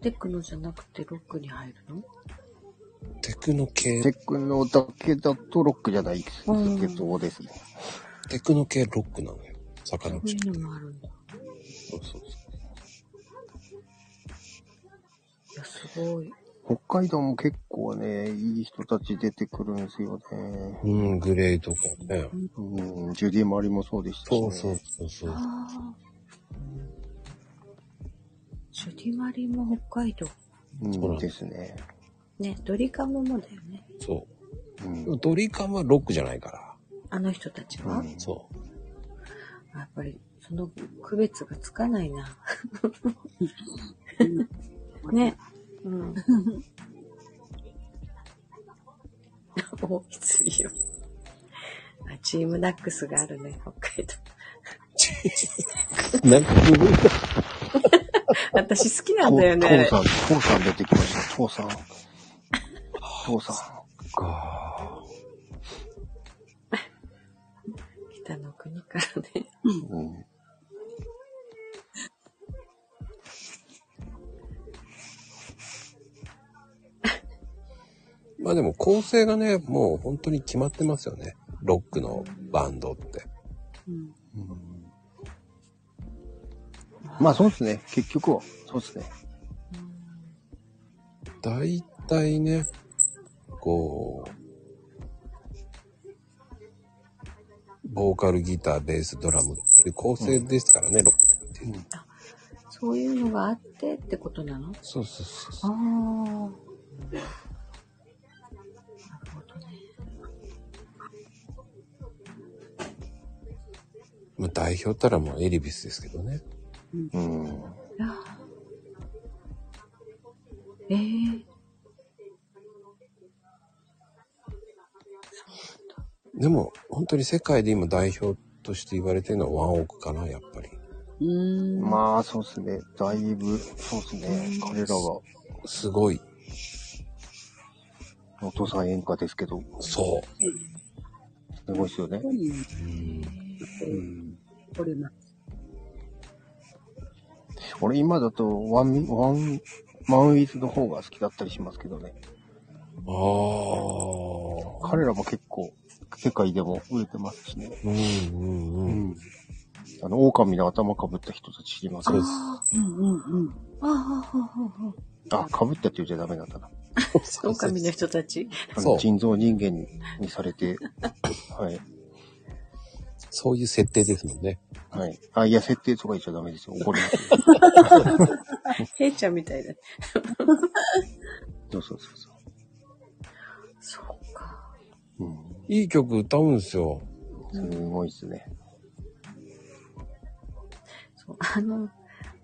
テクノじゃなくてロックに入るのテクノ系、テクノだけだとロックじゃないですけどですね。テクノ系ロックなのよ。サカナクそうション。いうのもあるんだ。そうそうそう。いや、すごい。北海道も結構ね、いい人たち出てくるんですよね。うん、グレーとかね。うん、ジュディマリもそうでしたし、ね。そうそうそうそう。ああ。ジュディマリも北海道。そううなんんでですね。ね、ドリカムもだよね。そうう。んでも。ドリカンはロックじゃないから。あの人たちは。うんそう。やっぱり、その区別がつかないな。ね。うん。お、失礼よ。あ、チームナックスがあるね、北海道。なんか、 [laughs] 私好きトなんだよね。あウれさん、トウさん出てきました。トウさん。トウさん。か。北の国からね。うん。まあでも構成がね、もう本当に決まってますよね。ロックのバンドって。うん。まあそうですね。結局は、そうですね。大体ね、こう、ボーカル、ギター、ベース、ドラムっていう構成ですからね、ロックって。そういうのがあってってことなのそうそうそうあそあ。う。なるほどね。まあ、代表ったらもうエリビスですけどね。うん。いやええでも、本当に世界で今代表として言われてるのはワンオークかな、やっぱり。うーん。まあ、そうですね。だいぶ、そうですね。彼らは、すごい。お父さん演歌ですけど、そすごいですよねこ。こにう。うん。うん。これな。俺今だと、ワンミ、ワン、マンウィズの方が好きだったりしますけどね。ああ。彼らも結構、世界でも売れてますしね。うんうんううん。ん。あの、狼の頭被った人たち知りませんそうです。うんうんうん。ああ、ああ、被ったって言っちゃダメなんだな。あ、狼の人たち。あそのう人造人間にされて、はい。そういう設定ですもんね。はい。あ、いや、設定とか言っちゃダメですよ。怒りますよ。 [laughs] ヘイちゃんみたいだ。そうそうそうそそうか。う。うん。いい曲歌うんですよ。すごいですね。そう、あの、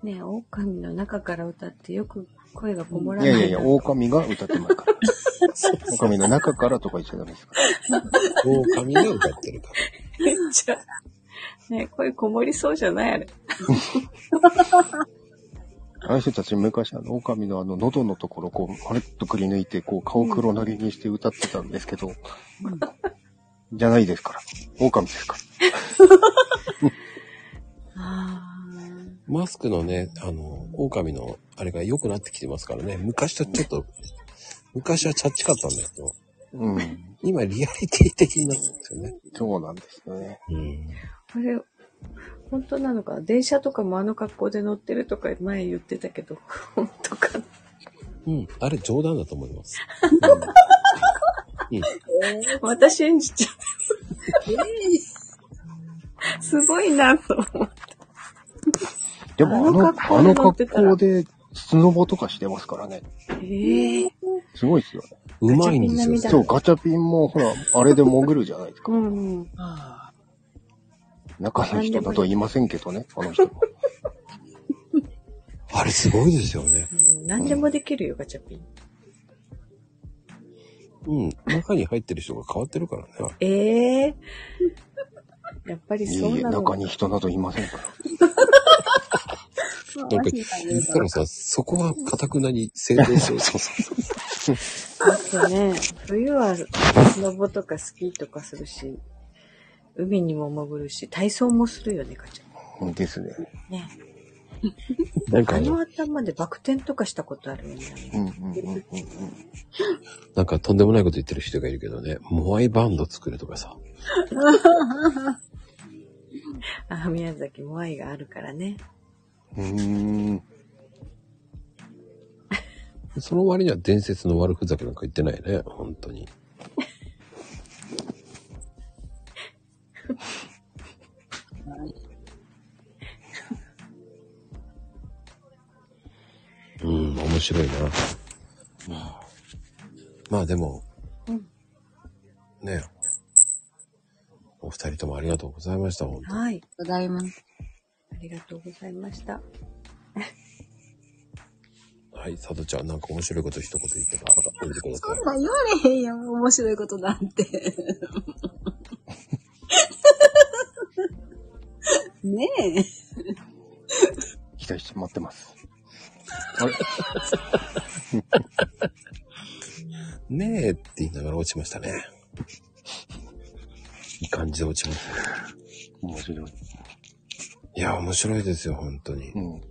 ね、狼の中から歌ってよく声がこもらいない。やいやいや、 [laughs] 狼が歌ってますから。狼の中からとか言っちゃダメですから。狼が歌ってるから。めっちゃ。ね、声こもりそうじゃないあれ。あの人たち昔あの狼のあの喉のところをこう、あれっとくり抜いて、こう顔黒塗りにして歌ってたんですけど、じゃないですから。狼ですから。あマスクのね、あの、狼のあれが良くなってきてますからね。昔とちょっと、昔はチャッチかったんだけど、うん。今リアリティ的になってるんですよね。そうなんですよね。うん。あ。これ、本当なのか。電車とかもあの格好で乗ってるとか前言ってたけど、 [laughs] 本当かな。うん。あれ冗談だと思います。うん。また信じちゃった。 [laughs] すごいなと思って。でもあの、ああのの格格好好で、スノボとかしてますからね。ええすごいですよね。うまいんですよ。じゃあそう、ガチャピンもほら、あれで潜るじゃないです [laughs] か。うんうん。中の人だとは言いませんけどね、あの人も。あれすごいですよね。何でもできるよ、ガチャピン。うん。中に入ってる人が変わってるからね。ええやっぱりいそえういえ、なの中に人などいませんから。なまあ、んかワシンさん言言っうたらさ、そこはかたくなに正 [laughs] 当性。そうそう。だってね、冬はスノボとかスキーとかするし、海にも潜るし、体操もするよね、ガチャそうですね。ピン。ね。なんかあ、の頭でバク転とかしたことあるよね。うんうんうんうんうん。なんかとんでもないこと言ってる人がいるけどね。モアイバンド作るとかさ。あ、宮崎も愛があるからね。うーん。その割には伝説の悪ふざけなんか言ってないね。本当に。うん、面白いな。まあでも、うんねえお二人ともありがとうございました、本当はい。ございます。ありがとうございました。はい、佐藤ちゃん、なんか面白いこと一言言ってば、言ってくださそいん。なん言われへんやん、面白いことな [laughs] んて。ねえ。期待して待ってます。あれねえって言いながら落ちましたね。いい感じで落ちましたね。面白い。いや、面白いですよ、本当にう。ん。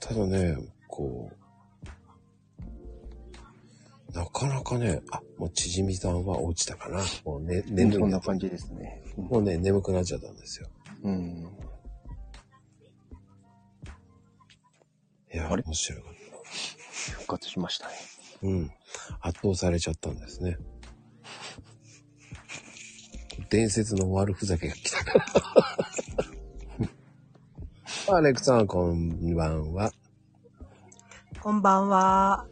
ただね、こう、なかなかね、あ、もうちじみさんは落ちたかな。もうね、眠そんくな感じですね。もうね、眠くなっちゃったんですよ。うん。いや、あれ面白かった。復活しましたね。うん。圧倒されちゃったんですね。伝説の悪ふざけが来たから。 [laughs] アレクさん、こんばんは。こんばんは。あ、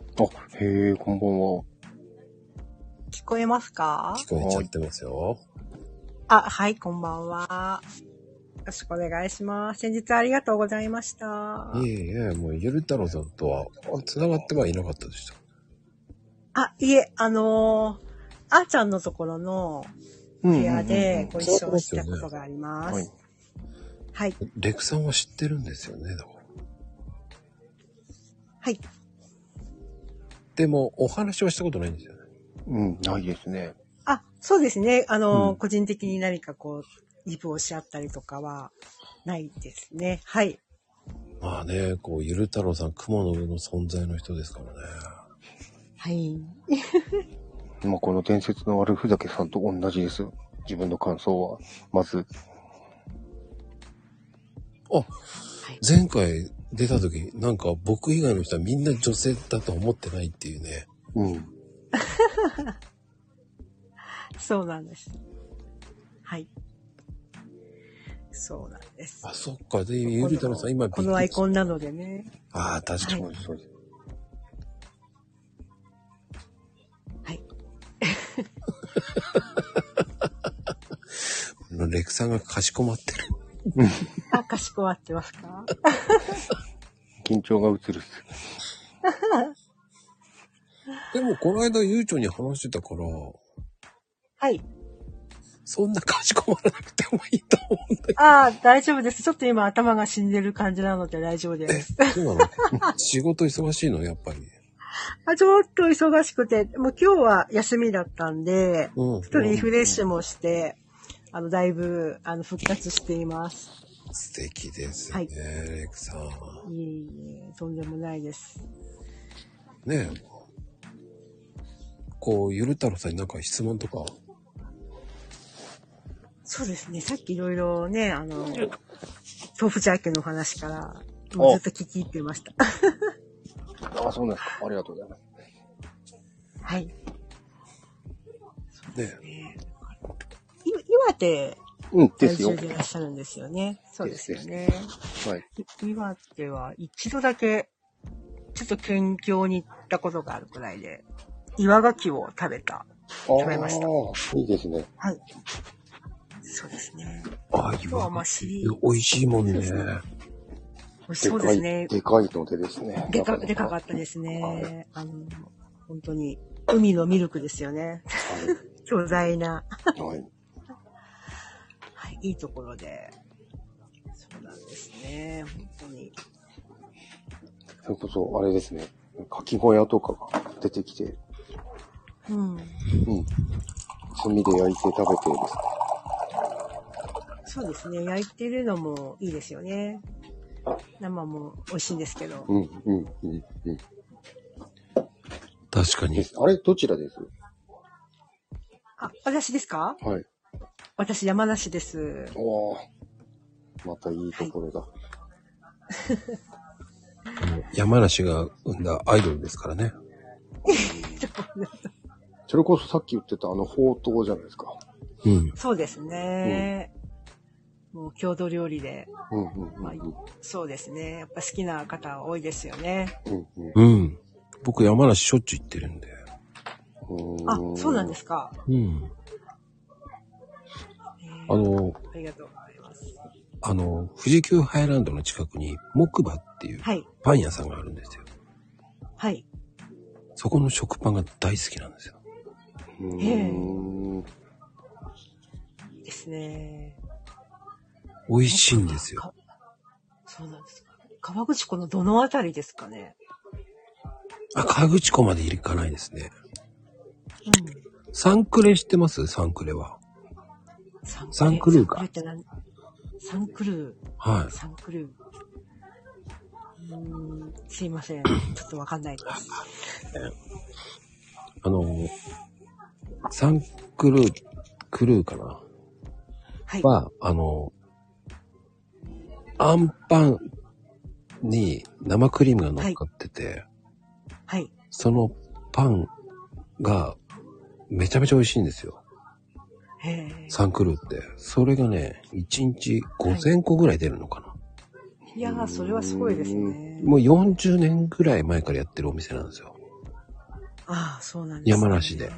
へえ、こんばんは。聞こえますか聞こえちゃってますよ。あ、はい、こんばんは。よろしくお願いします。先日ありがとうございました。いえいえ、もう、ゆる太郎さんとは、あ繋がってはいなかったでした。あ、いえ、あのー、あーちゃんのところのうん部うんうん屋でうんご一緒したことがあります。はい。はい、レクさんは知ってるんですよね、だから。はい。でも、お話はしたことないんですよね。うん、ないですね。あ、そうですね。あのー、うん個人的に何かこう、リプをし合ったりとかはないですね。はい。まあね、こう、ゆる太郎さん、雲の上の存在の人ですからね。はい。まあ、この伝説の悪ふざけさんと同じです。自分の感想は。まず、前回出た時、なんか僕以外の人はみんな女性だと思ってないっていうね。うん。そうなんです。はい。そうなんです。あ、そっか。で、ゆる太郎さん、今このアイコン。ンなのでね。ああ、確かに。そうです、そうです。レクさんがかしこまってる。あ、かしこまってますか緊張が映るっす。でも、この間、ゆうちょに話してたから、はい。そんなかしこまらなくてもいいと思うんだけあー大丈夫です。ちょっと今頭が死んでる感じなので大丈夫です。ど。そうなの仕事忙しいの、やっぱり。あ、ちょっと忙しくて、もう今日は休みだったんで、うんちょっ。とリフレッシュもして、あの、だいぶ、あの、復活しています。素敵ですね、はいレクさん。いえいえ、とんでもないです。ねえ。こう、ゆる太郎さんになんか質問とか。そうですね。さっきいろいろね、あの、豆腐ジャーキーのお話から、もうずっと聞き入ってました。あ、そうなんですか。ありがとうございます。はい。ねい岩手うん、で在すよ。住でいらっしゃるんですよね。そうですよね。はい。岩手は一度だけ、ちょっと県境に行ったことがあるくらいで、岩牡蠣を食べた。食。べましたいいですね。はい。そうですね。ああ、今日はま今あ、しり、美味しいもんね。美味しでそうかでい、すね。でかいのでですね。でか、ななでかかったですね。あの、本当に、海のミルクですよね。 [laughs] 巨大な。はい。はい。はい、いいところで。そうなんですね。本当に。それこそ、あれですね。かき小屋とかが出てきて、うん。うん。炭で焼いて食べてですね。そうですね。焼いてるのもいいですよね。生も美味しいんですけど。うん、うん、うん、うん。確かでに。すあれ、どちらですあ、私ですかはい。私、山梨です。おー。またいいところだ。山梨が生んだアイドルですからね。それこそさっき言ってたあの、宝刀じゃないですか。うん。そうですね。もう郷土料理で。うん、うん、うん、はういん。そうですね。やっぱ好きな方多いですよね。うんうん。うん。僕山梨しょっちゅう行ってるんで。あ、そうなんですすか。うん。えーあの、ありがとうございます。あの、富士急ハイランドの近くに木馬っていうはい。パン屋さんがあるんですよ。はい。そこの食パンが大好きなんですよ。うーんええですね。美味しいんですよ。そうなんですか。川口湖のどのあたりですかね。あ、河口湖まで行かないですね。うサンクレ知ってますサンクレは。ん。サンサンクルーかサンクルーって何サンクルはー、い。サンクルー。うーんすいません。ちょっとわかんないです。あの、サンクルー、クルーかなはい。は、あの、アンパンに生クリームが乗っかってて、はい。そのパンがめちゃめちゃ美味しいんですよ。へえ。サンクルーって。それがね、1日5000個ぐらい出るのかな。いやー、それはすごいですね。もう40年ぐらい前からやってるお店なんですよ。ああ、そうなんです、ね。山梨で。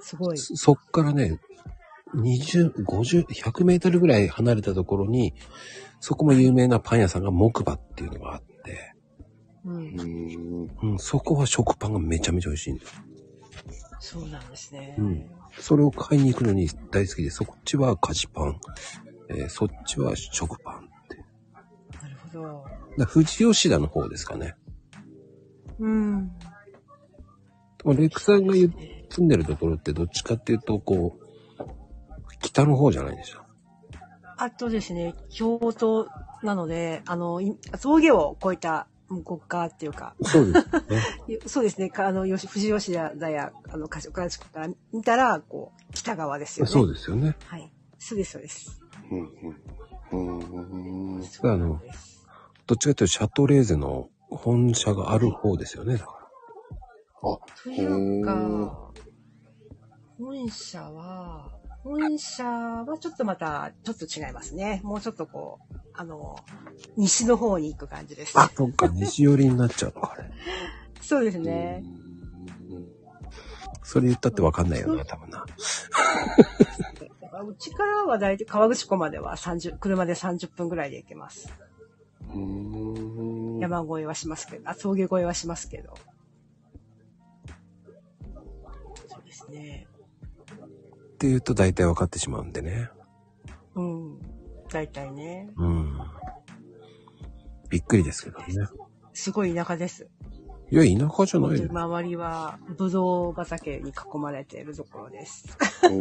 すごい。そそっからね、20、50、100メートルぐらい離れたところに、そこも有名なパン屋さんが木馬っていうのがあって、うん。うん。うん、そこは食パンがめちゃめちゃ美味しいんです。そうなんですね。うんそれを買いに行くのに大好きで、そっちは菓子パン、えーそっちは食パンって。だかなるほど。ら富士吉田の方ですかね。うん。でもレクさんが言う住んでるところってどっちかっていうと、こう、北の方じゃないんですよ。あとですね、京都なので、あの、い峠を越えた国家っていうか、そうですね。そうですね、かあの、よし富士吉田や、あの、柏倉地区から見たら、こう、北側ですよ [laughs] ね。そうでですよね。す。はい。そうです、そうです。うん。うん。あの、どっちかというとシャトレーゼの本社がある方ですよね。だかというへか、本社は、本社はちょっとまた、ちょっと違いますね。もうちょっとこう、あの、西の方に行く感じです。らあ、そっか、西寄りになっちゃうのか、あれ。そうですね。それ言ったってわかんないよな、多分な。だからうちからは大体川口湖までは30、車で30分ぐらいで行けます。うん。山越えはしますけど、あ、峠越えはしますけど。そうですね。って言うと大体わかってしまうんでね。うん。大体ね。うん。びっくりですけどね。すごい田舎です。いや、田舎じゃないよ。周りは、ぶどう畑に囲まれているところです。本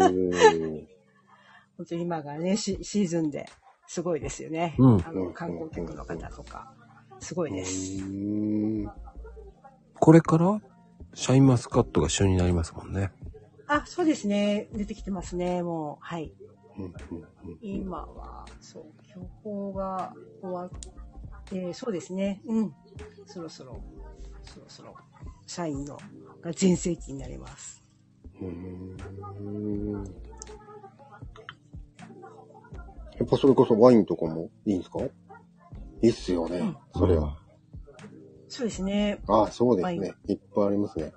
当に今がね、シシーズンで、すごいですよね。うんあの、観光客の方とか、すごいです。これから、シャインマスカットが旬になりますもんね。あ、そうですね。出てきてますね、もう。はい。今は、そう、漁法が終わって、そうですね。うん。そろそろ、そろそろ、社員の、が全盛期になります。やっぱそれこそワインとかもいいんですかいいっすよね。それは。そうですね。ああ、そうですワね。いっぱいありますね。いっ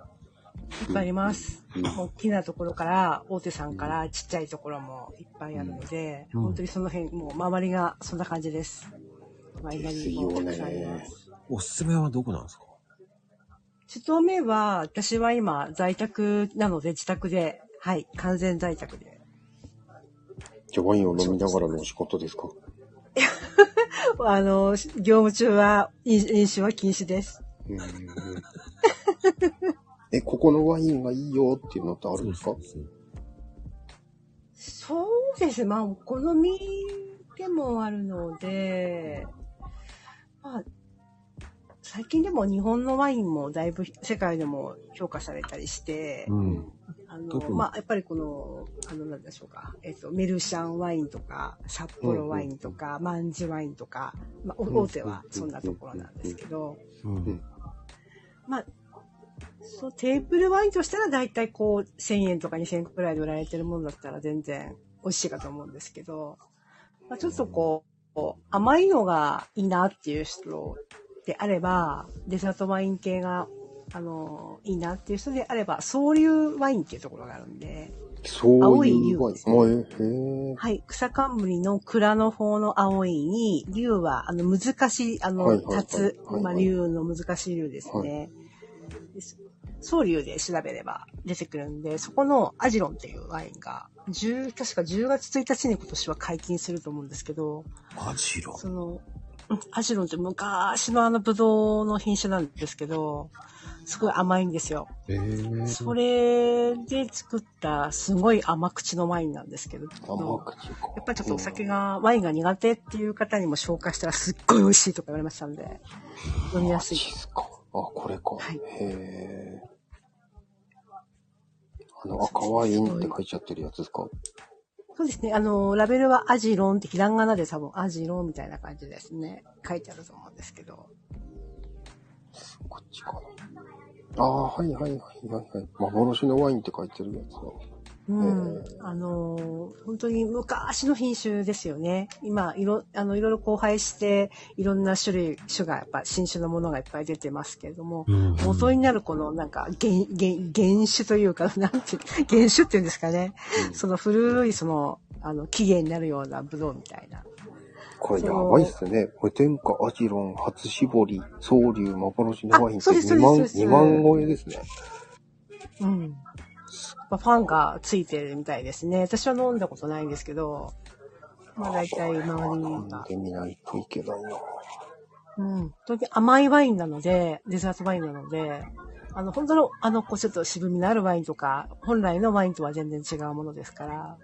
ぱいあります。うん大きなところから、大手さんから、ちっちゃいところもいっぱいあるので、うん本当にその辺、もう周りがそんな感じです。ワイナリーもたくさんありま。ですおすすめはどこなんですか一つ目は、私は今、在宅なので、自宅で、はい、完全在宅で。じゃあワインを飲みながらの仕事ですかあの、業務中は、飲飲酒は禁止です。うん [laughs] え、ここのワインがいいよっていうのってあるんですかそうですね。まあ、お好みでもあるので、まあ、最近でも日本のワインもだいぶ世界でも評価されたりして、うん。あ特の、にまあ、やっぱりこの、あの、なんでしょうか、えっ、と、メルシャンワインとか、札幌ワインとか、マンジワインとか、まあ、お大手はそんなところなんですけど、うん。まあ、そう、テーブルワインとしたら大体こう、1000円とか2000円くらいで売られてるものだったら全然美味しいかと思うんですけど、まあ、ちょっとこう、甘いのがいいなっていう人であれば、デザートワイン系が、あの、いいなっていう人であれば、総流ワインっていうところがあるんで、そうい青うワいイ竜ン。へえ。はい、草冠の蔵の方の青いに、竜は、あの、難しい、あはいの、はいはい立つ、はいまあ、竜の難しい竜ですはね。です総竜で調べれば出てくるんで、そこのアジロンっていうワインが、10、確か10月1日に今年は解禁すると思うんですけど、アジロ。その、うんアジロンって昔のあのブドウの品種なんですけど、すごい甘いんですよ。えー、それで作ったすごい甘口のワインなんですけど、甘口か。やっぱりちょっとお酒が、ワインが苦手っていう方にも紹介したらすっごい美味しいとか言われましたんで、飲みやすいあ。チーズか。あ、これか。はいへえ。あの、赤ワインって書いちゃってるやつですかそうですね。あの、ラベルはアジロンってひらがなで多分アジロンみたいな感じですね。書いてあると思うんですけど。こっちかな。ああー、はいはいはいはいはい。幻のワインって書いてるやつだ。うん、あのー本当に昔の品種ですよね。今、いろ、あの、いろいろ交配して、いろんな種類、種が、やっぱ新種のものがいっぱい出てますけれども、うん元になるこの、なんか、原、原、原種というか、 [laughs] なんて、原種っていうんですかね。その古い、その、あの、起源になるようなブドウみたいな。これやばいっすね。無添加アジロン、初搾り、総流、幻のワインあそうです2万、そうです2万超えですね。うん。まあ、ファンがついてるみたいですね。私は飲んだことないんですけど、まあ大体周り飲んがでみないといけないな。うん本当に甘いワインなので、デザートワインなので、あの、本当の、あの、こう、ちょっと渋みのあるワインとか、本来のワインとは全然違うものですから、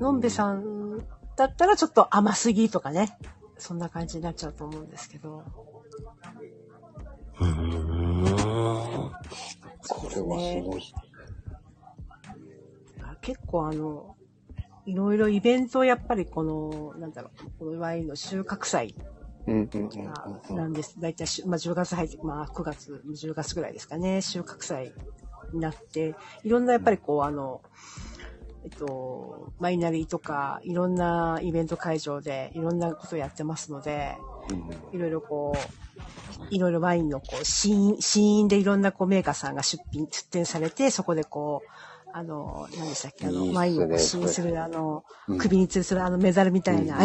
のんべさんだったらちょっと甘すぎとかね、そんな感じになっちゃうと思うんですけど、うん。これはすごい。結構あの、いろいろイベントをやっぱりこの、なんだろう、このワインの収穫祭うんうんうんうんうん。なんです。大体し、まあ、10月入って、まあ、9月、10月ぐらいですかね、収穫祭になって、いろんなやっぱりこう、あの、えっと、マイナリーとか、いろんなイベント会場で、いろんなことやってますので、いろいろこう、いろいろワインのこう、試飲、試飲でいろんなこうメーカーさんが出品、出展されて、そこでこう、あの、何でしたっけ、あいいっの、すねワインをこう試飲する、あのうん、首に吊るするあのメダルみたいな、うんあ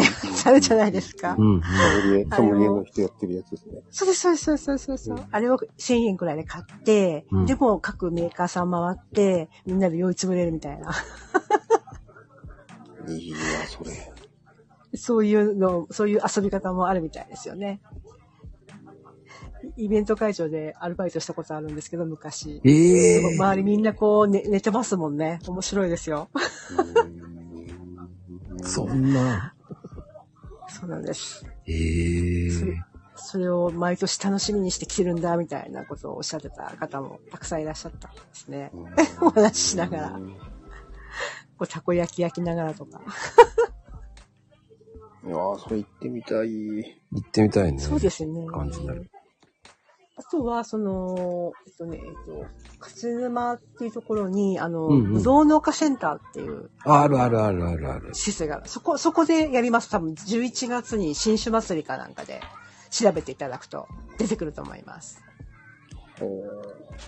るじゃないですか。うん。ソムリエ、ソムリエの人やってるやつですね。そうです、そうです、そうですそうです、そううです。あれを1000円くらいで買って、うんでも各メーカーさん回って、みんなで酔いつぶれるみたいな。 [laughs] いいわ、それ。そういうの、そういう遊び方もあるみたいですよね。イイベント会場でアルバイトしたことあるんですけど、昔。ええ周りみんなこう、ね、寝てますもんね。面白いですよ。 [laughs] そんな。そうなんです。ええそれそれを毎年楽しみにして来てるんだ、みたいなことをおっしゃってた方もたくさんいらっしゃったんですね。 [laughs] お話ししながら。こうたこ焼き焼きながらとか。いやー、それ行ってみたい。行ってみたいね。そうですね。感じになるあとは、その、えっとね、えっと、勝沼っていうところに、あの、うんうんぶどう農家センターっていうあるあるあるあるある。施設がある、そこ、そこでやります。多分、11月に新種祭りかなんかで調べていただくと出てくると思います。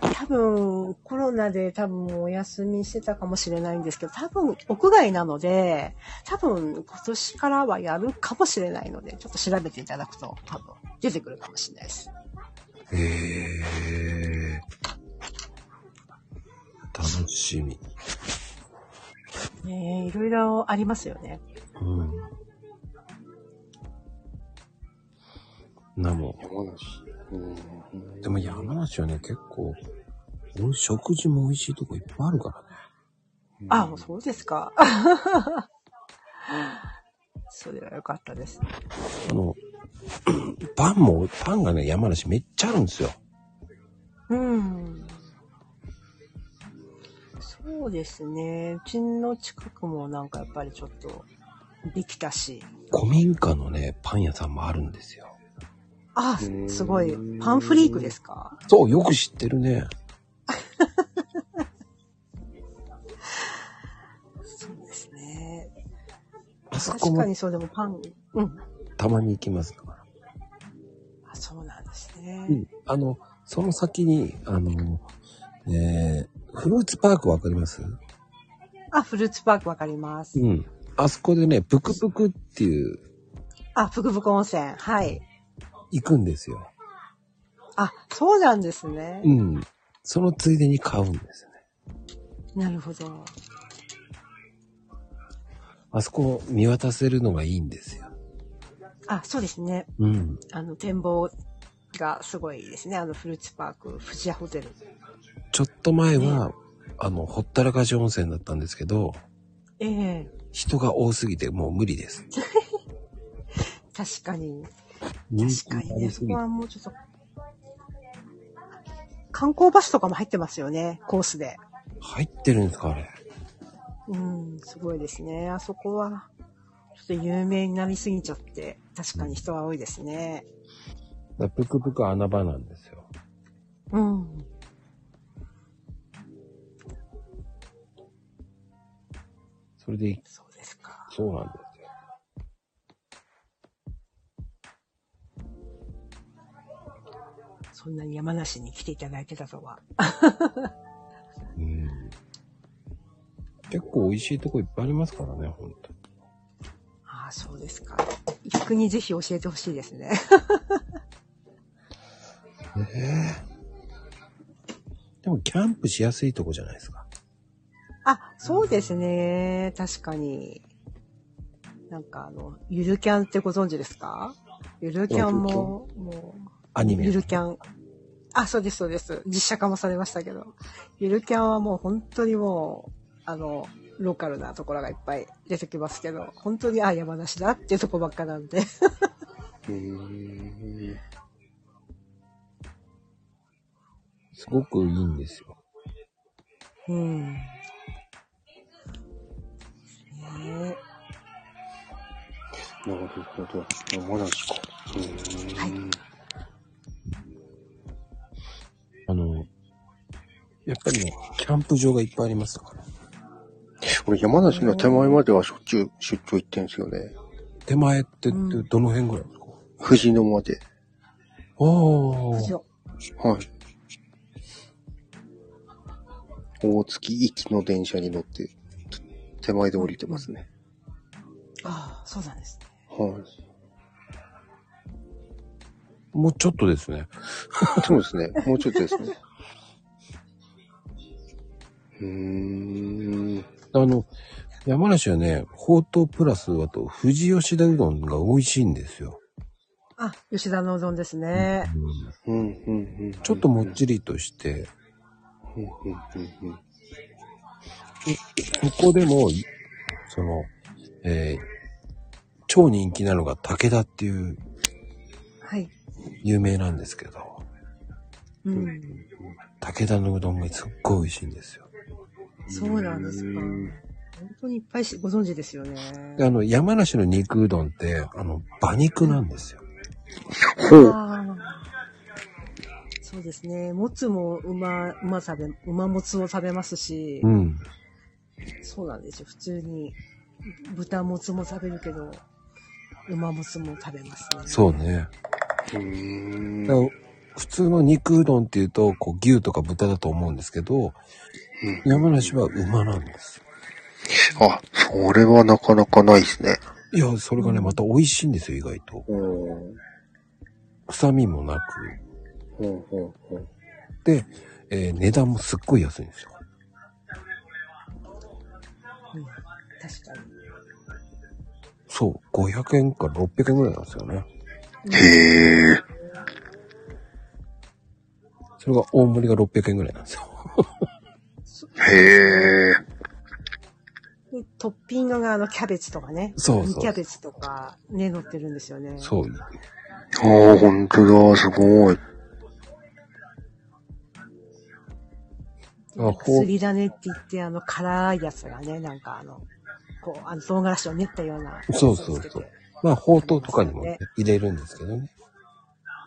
多分、コロナで多分お休みしてたかもしれないんですけど、多分、屋外なので、多分、今年からはやるかもしれないので、ちょっと調べていただくと、多分、出てくるかもしれないです。ええ楽しみ。ねえ、いろいろありますよね。うん。なも、山梨。うん。でも山梨はね、結構、お食事も美味しいとこいっぱいあるからね。あ、そうですか。 [laughs] それは良かったです。あの、 [clears throat] パンも、パンがね、山梨めっちゃあるんですよ。うん。そうですね。うちの近くもなんかやっぱりちょっとできたし。古民家のね、パン屋さんもあるんですよ。あう、んすごい。パンフリークですかそう、よく知ってるね。そうですね。あそこ確かもにそうでもパン。うん。たまに行きますだから。あそうなんですね。うん。あの、その先に、あの、えー、フルーツパークわかりますあ、フルーツパークわかります。うん。あそこでね、ぷくぷくっていう、あ、ふくぶく温泉。はい。行くんですよ。あ、そうなんですね。うん。そのついでに買うんですよね。なるほど。あそこを見渡せるのがいいんですよ。あ、そうですね。うん。あの、展望がすごいですね。あの、フルーツパーク、富士屋ホテル。ちょっと前は、あの、ほったらかし温泉だったんですけど、ええ人が多すぎてもう無理です。確かに。人気確かがにあね。りすぎそこてはもうちょっと。観光バスとかも入ってますよね、コースで。入ってるんですか、あれ。うん、すごいですね。あそこは、ちょっと有名になりすぎちゃって、確かに人は多いですね。だぷくぷく穴場なんですよ。うん。れで、そうですか。そうなんですよ。そんなに山梨に来ていただいてたとは。うん。結構美味しいとこいっぱいありますからね、ほんと。ああ、そうですか。一句にぜひ教えてほしいですね。でもキャンプしやすいとこじゃないですか。あ、そうですね。確かに。なんかあの、ゆるキャンってご存知ですかゆるキャンも、もう、アニメゆ。るキャン。あ、そうです、そうです。実写化もされましたけど。ゆるキャンはもう本当にもう、あの、ローカルなところがいっぱい出てきますけど、本当に、あ、山梨だっていうとこばっかなんで。すごくいいんですよ。うん。ねえなるほど。山梨か。うーん。はいあの、やっぱりね、キャンプ場がいっぱいありますから。俺、山梨の手前まではしょっちゅう出張行ってんすよね。手前って、うんどの辺ぐらいですか、富士野まで。お以ー。上はい。大月行きの電車に乗って、手前で降りてますね。ああ、そうなんですね。はい。もうちょっとですね。そうですね。もうちょっとですね。 [laughs] うーん。あの、山梨はね、ほうとうプラスあと、富士吉田うどんが美味しいんですよ。 [laughs] あ、吉田のうどんですね。うんうん、うん、うん。ちょっともっちりとして、うん、うん、うん、うん。ここでも、その、えー超人気なのが武田っていうはい。有名なんですけど、うん。武田のうどんがすっごい美味しいんですよ。そうなんですか。本当にいっぱいしご存知ですよね。であの、山梨の肉うどんって、あの、馬肉なんですよ。ほう。あーそうですね。もつも馬、馬食べ、馬もつを食べますしう、ん。そうなんですよ。普通に豚もつも食べるけど、馬もつも食べますね。そうね。うーんだから普通の肉うどんっていうと、こう、牛とか豚だと思うんですけど、山梨は馬なんですよ。あ、それはなかなかないですね。いや、それがね、また美味しいんですよ、意外と。うん。うん、臭みもなく。うん、うん。で、えー値段もすっごい安いんですよ。うん確かに。そう、500円か600円ぐらいなんですよね。へえ。それが大盛りが600円ぐらいなんですよ。へえ。でトッピングがあのキャベツとかね。そうそう煮キャベツとかね、乗ってるんですよね。そう。ああ、ほんとだ、すごい。あほう薬だねって言って、あの、辛いやつがね、なんかあの、こう、あの、唐辛子を練ったような。そうそうそう。まあ、ほうとうとかにもねね入れるんですけどね。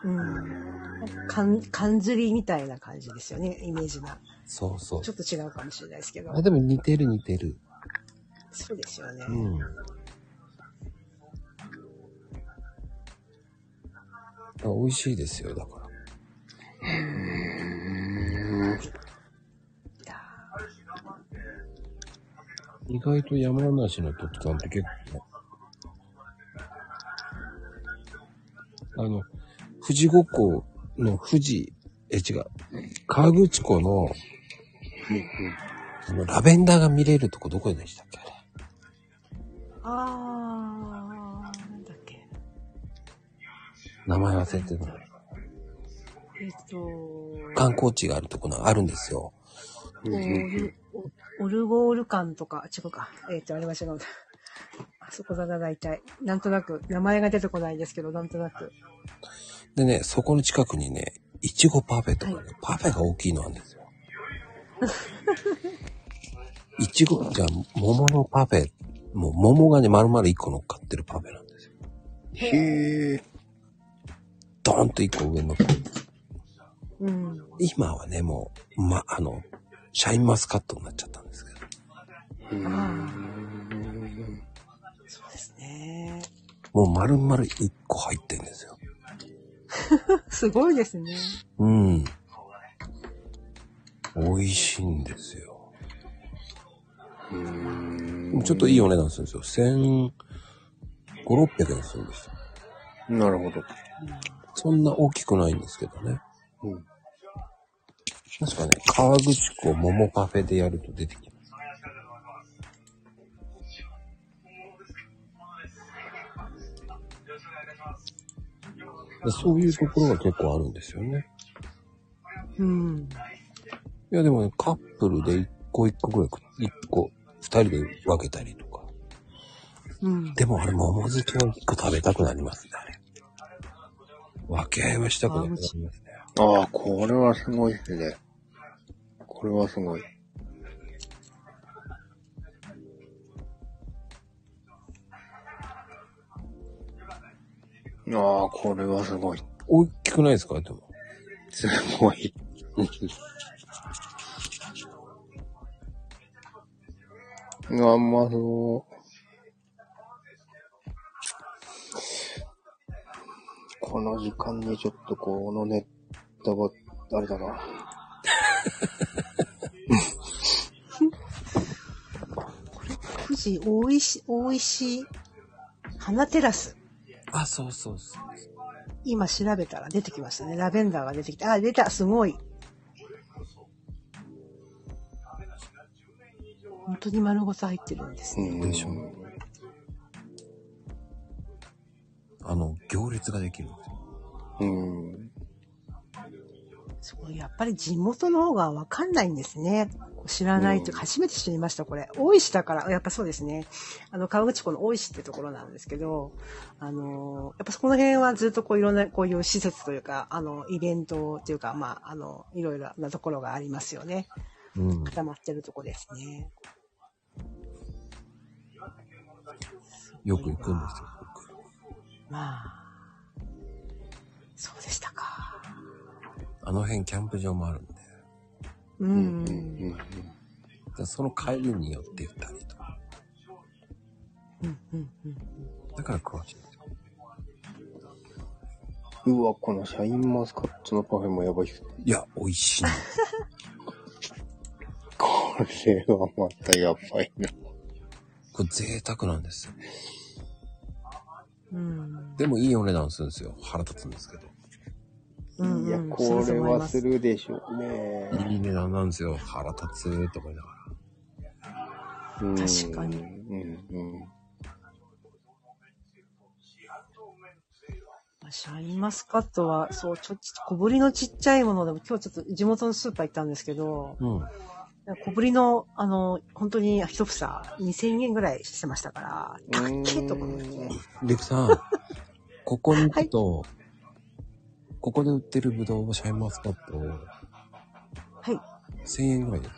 うん。かん、缶ずりみたいな感じですよね、イメージが。そうそうちょ。っと違うかもしれないですけどあ、。でも似てる似てる。そうですよね。うん。あ美味しいですよ、だから。意外と山梨の特産って結構。あの、富士五湖の富士、え、違う。河口湖の、あの、ラベンダーが見れるとこどこでしたっけあれあー、なんだっけ。名前忘れてるな。えっと、観光地があるとこのあるんですよ。オル、オオルゴール館とか、違うか。えっと、あれは違うな。あそこだな、大体。なんとなく、名前が出てこないですけど、なんとなく。でね、そこの近くにね、いちごパフェとかね、パフェが大きいのあるんですよ。 [laughs] いちご、じゃあ、桃のパフェ、もう桃がね、丸々1個乗っかってるパフェなんですよ。へえ。ドーンと1個上に乗っかってる。うん。今はね、もう、ま、あの、シャインマスカットになっちゃったんですけど。ああ。ですね。もう丸々1個入ってんですよ。すごいですね。うん。美味しいんですよ。ちょっといいお値段するんですよ。1500、600円するんですよ。なるほど。そんな大きくないんですけどね。うん。確かね、河口湖桃カフェでやると出てきます。でそういうところが結構あるんですよね。うん。いやでもね、カップルで1個1個ぐらい食、1個、2人で分けたりとか。うん。でもあれ、桃好きの1個食べたくなりますね、あれ。分け合いはしたくなくなりますね。ああ、これはすごいですね。これはすごい。ああ、これはすごい。大きくないですかでも。すごい。あんまそう。この時間にちょっとこのネタは、あれだな。富士大石、大石、花テラス。あ、そうそうそう。今調べたら出てきましたね。ラベンダーが出てきた。あ、出た。すごい。本当に丸ごと入ってるんですね。うん、でしょあの、行列ができるんですよ。うん。すごい。やっぱり地元の方がわかんないんですね。知らないというか、初めて知りました、これ。大石だから、やっぱそうですね。あの、川口湖の大石ってところなんですけど、あの、やっぱそこの辺はずっとこういろんな、こういう施設というか、あの、イベントというか、まあ、あの、いろいろなところがありますよね。うん。固まってるとこですね。よく行くんですよ、僕。まあ、そうでしたか。あの辺キャンプ場もあるんで。ううんん。ううんん。でその帰りによって行ったりとか。うんうんうん。だから詳しいんですよ。うわ、このシャインマスカットのパフェもやばいっす。いや、美味しい。これはまたやばいな。これ贅沢なんですよ。うんでもいいお値段するんですよ。腹立つんですけど。うんいや、うんこれはすする。るでしょうね。いい値段なんですよ。腹立つと思いながら。うん確かにうん、うん。シャインマスカットは、そう、ちょっと小ぶりのちっちゃいものでも、今日ちょっと地元のスーパー行ったんですけど、うん。小ぶりの、あの、本当に一房2000円ぐらいしてましたから、高っけえと思って。リクさ [laughs] ん、ここに行くと、ここで売ってるブドウをシャインマスカットをはい。 1000円ぐらいです。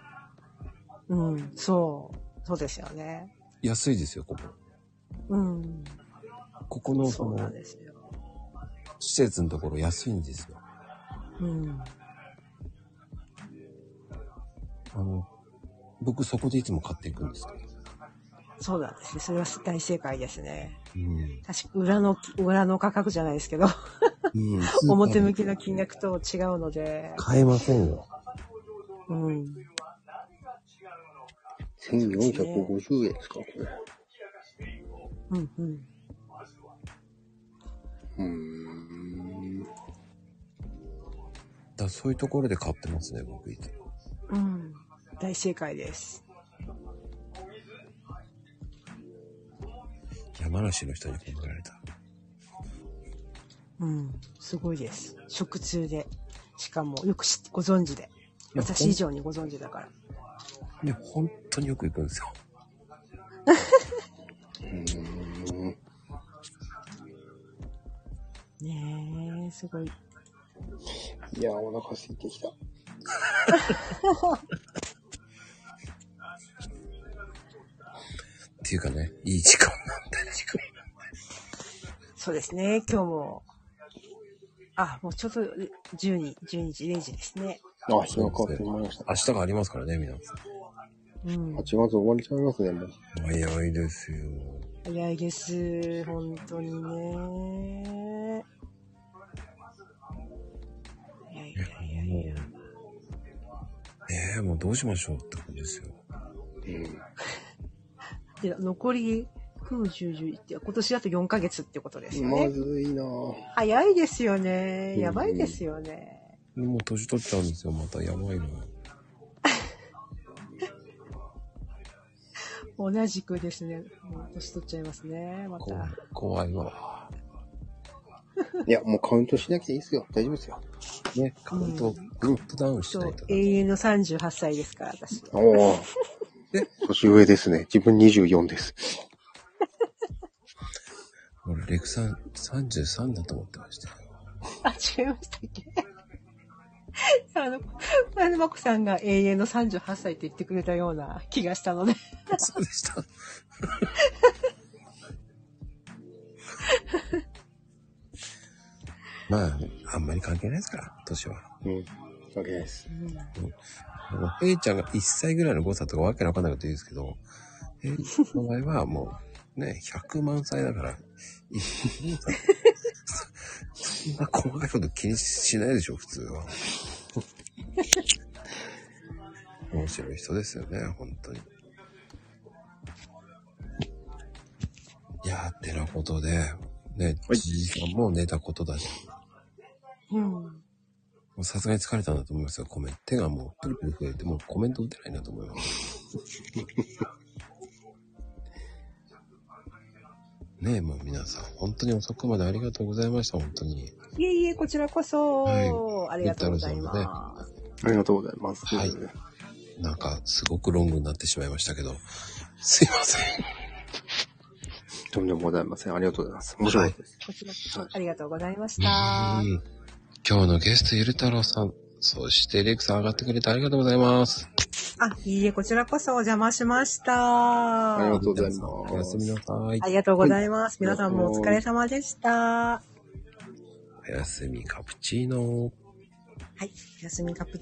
うん、そう。そうですよね。安いですよ、ここ。うん。ここのそそうなのんですよ。施設のところ安いんですよ。うん。あの、僕そこでいつも買っていくんですけど。そうなんですね。それは大正解ですね。うん。確か裏の、裏の価格じゃないですけど、うん、表向きの金額と違うので、 [laughs] 買えませんよ。うん。 1450円ですか、これ。うんうん。うーん。だからそういうところで買ってますね、僕いつも。うん。大正解です。山梨の人に褒められた。うん。すごいです。食通で。しかも、よく知ってご存知で。や私以上にご存知だから。で、本当によく行くんですよ。ねえ、すごい。いや、お腹空いてきた。っていうかね、いい時間なんだよ、時間。そうですね、今日も。あ、もうちょっと、12、12時、0時ですね。あ、日が変わってまいりました。明日がありますからね、皆さん。うん8。月終わりちゃいますね、もう。早いですよ。え早いです。本当にね。いやいやいやいや。ねえ、もうどうしましょうって感じですよ。で、残り、9、10、11って、今年あと4ヶ月ってことですよまね。ずいなぁ。早いですよね。やばいですよね。でもう年取っちゃうんですよ、またやばいの。同じくですね。もう年取っちゃいますね。ま怖いた。、怖いわ。いや、もうカウントしなくていいですよ。大丈夫ですよ。ね、カウント、アップダウンしそなういと、ね。永遠の38歳ですから、私。 [laughs] おお。年上ですね。自分24です。俺、レクさん33だと思ってましたよ。 [laughs] あ、違いましたっけ [laughs] あの、あの、まこさんが永遠の38歳って言ってくれたような気がしたので。そうでした。 [laughs] まあ、あんまり関係ないですから、年は。うん。関係ないです。あの、ヘイちゃんが1歳ぐらいの誤差とかわけのわかんないこと言うんですけど、ヘイちゃんの場合はもう、ね、100万歳だから、そんな細かいこと気にしないでしょ、普通は。面白い人ですよね、本当に。いやー、てなことで、ね、1時間も寝たことだし、うん。もうさすがに疲れたんだと思いますよ、コメント。手がもうプルプル増えて、もうコメント打てないなと思います。 [laughs] ねえ、もう皆さん、本当に遅くまでありがとうございました、本当に。 [laughs] いえいえ、こちらこそ、はありがとうございます。ありがとうございます。はいなんか、すごくロングになってしまいましたけど、すいません。とんでもございません。ありがとうございます。面白かったです。こちらこそ、ありがとうございましたう。ん今日のゲスト、ゆる太郎さん、そしてレクさん上がってくれてありがとうございます。あ、いいえ、こちらこそお邪魔しましありたが。とうございますおやすみなさいあ。りがとうございます。皆さんもお疲れ様でした。はおやすみ、カプチーノ。い、おやすみカプ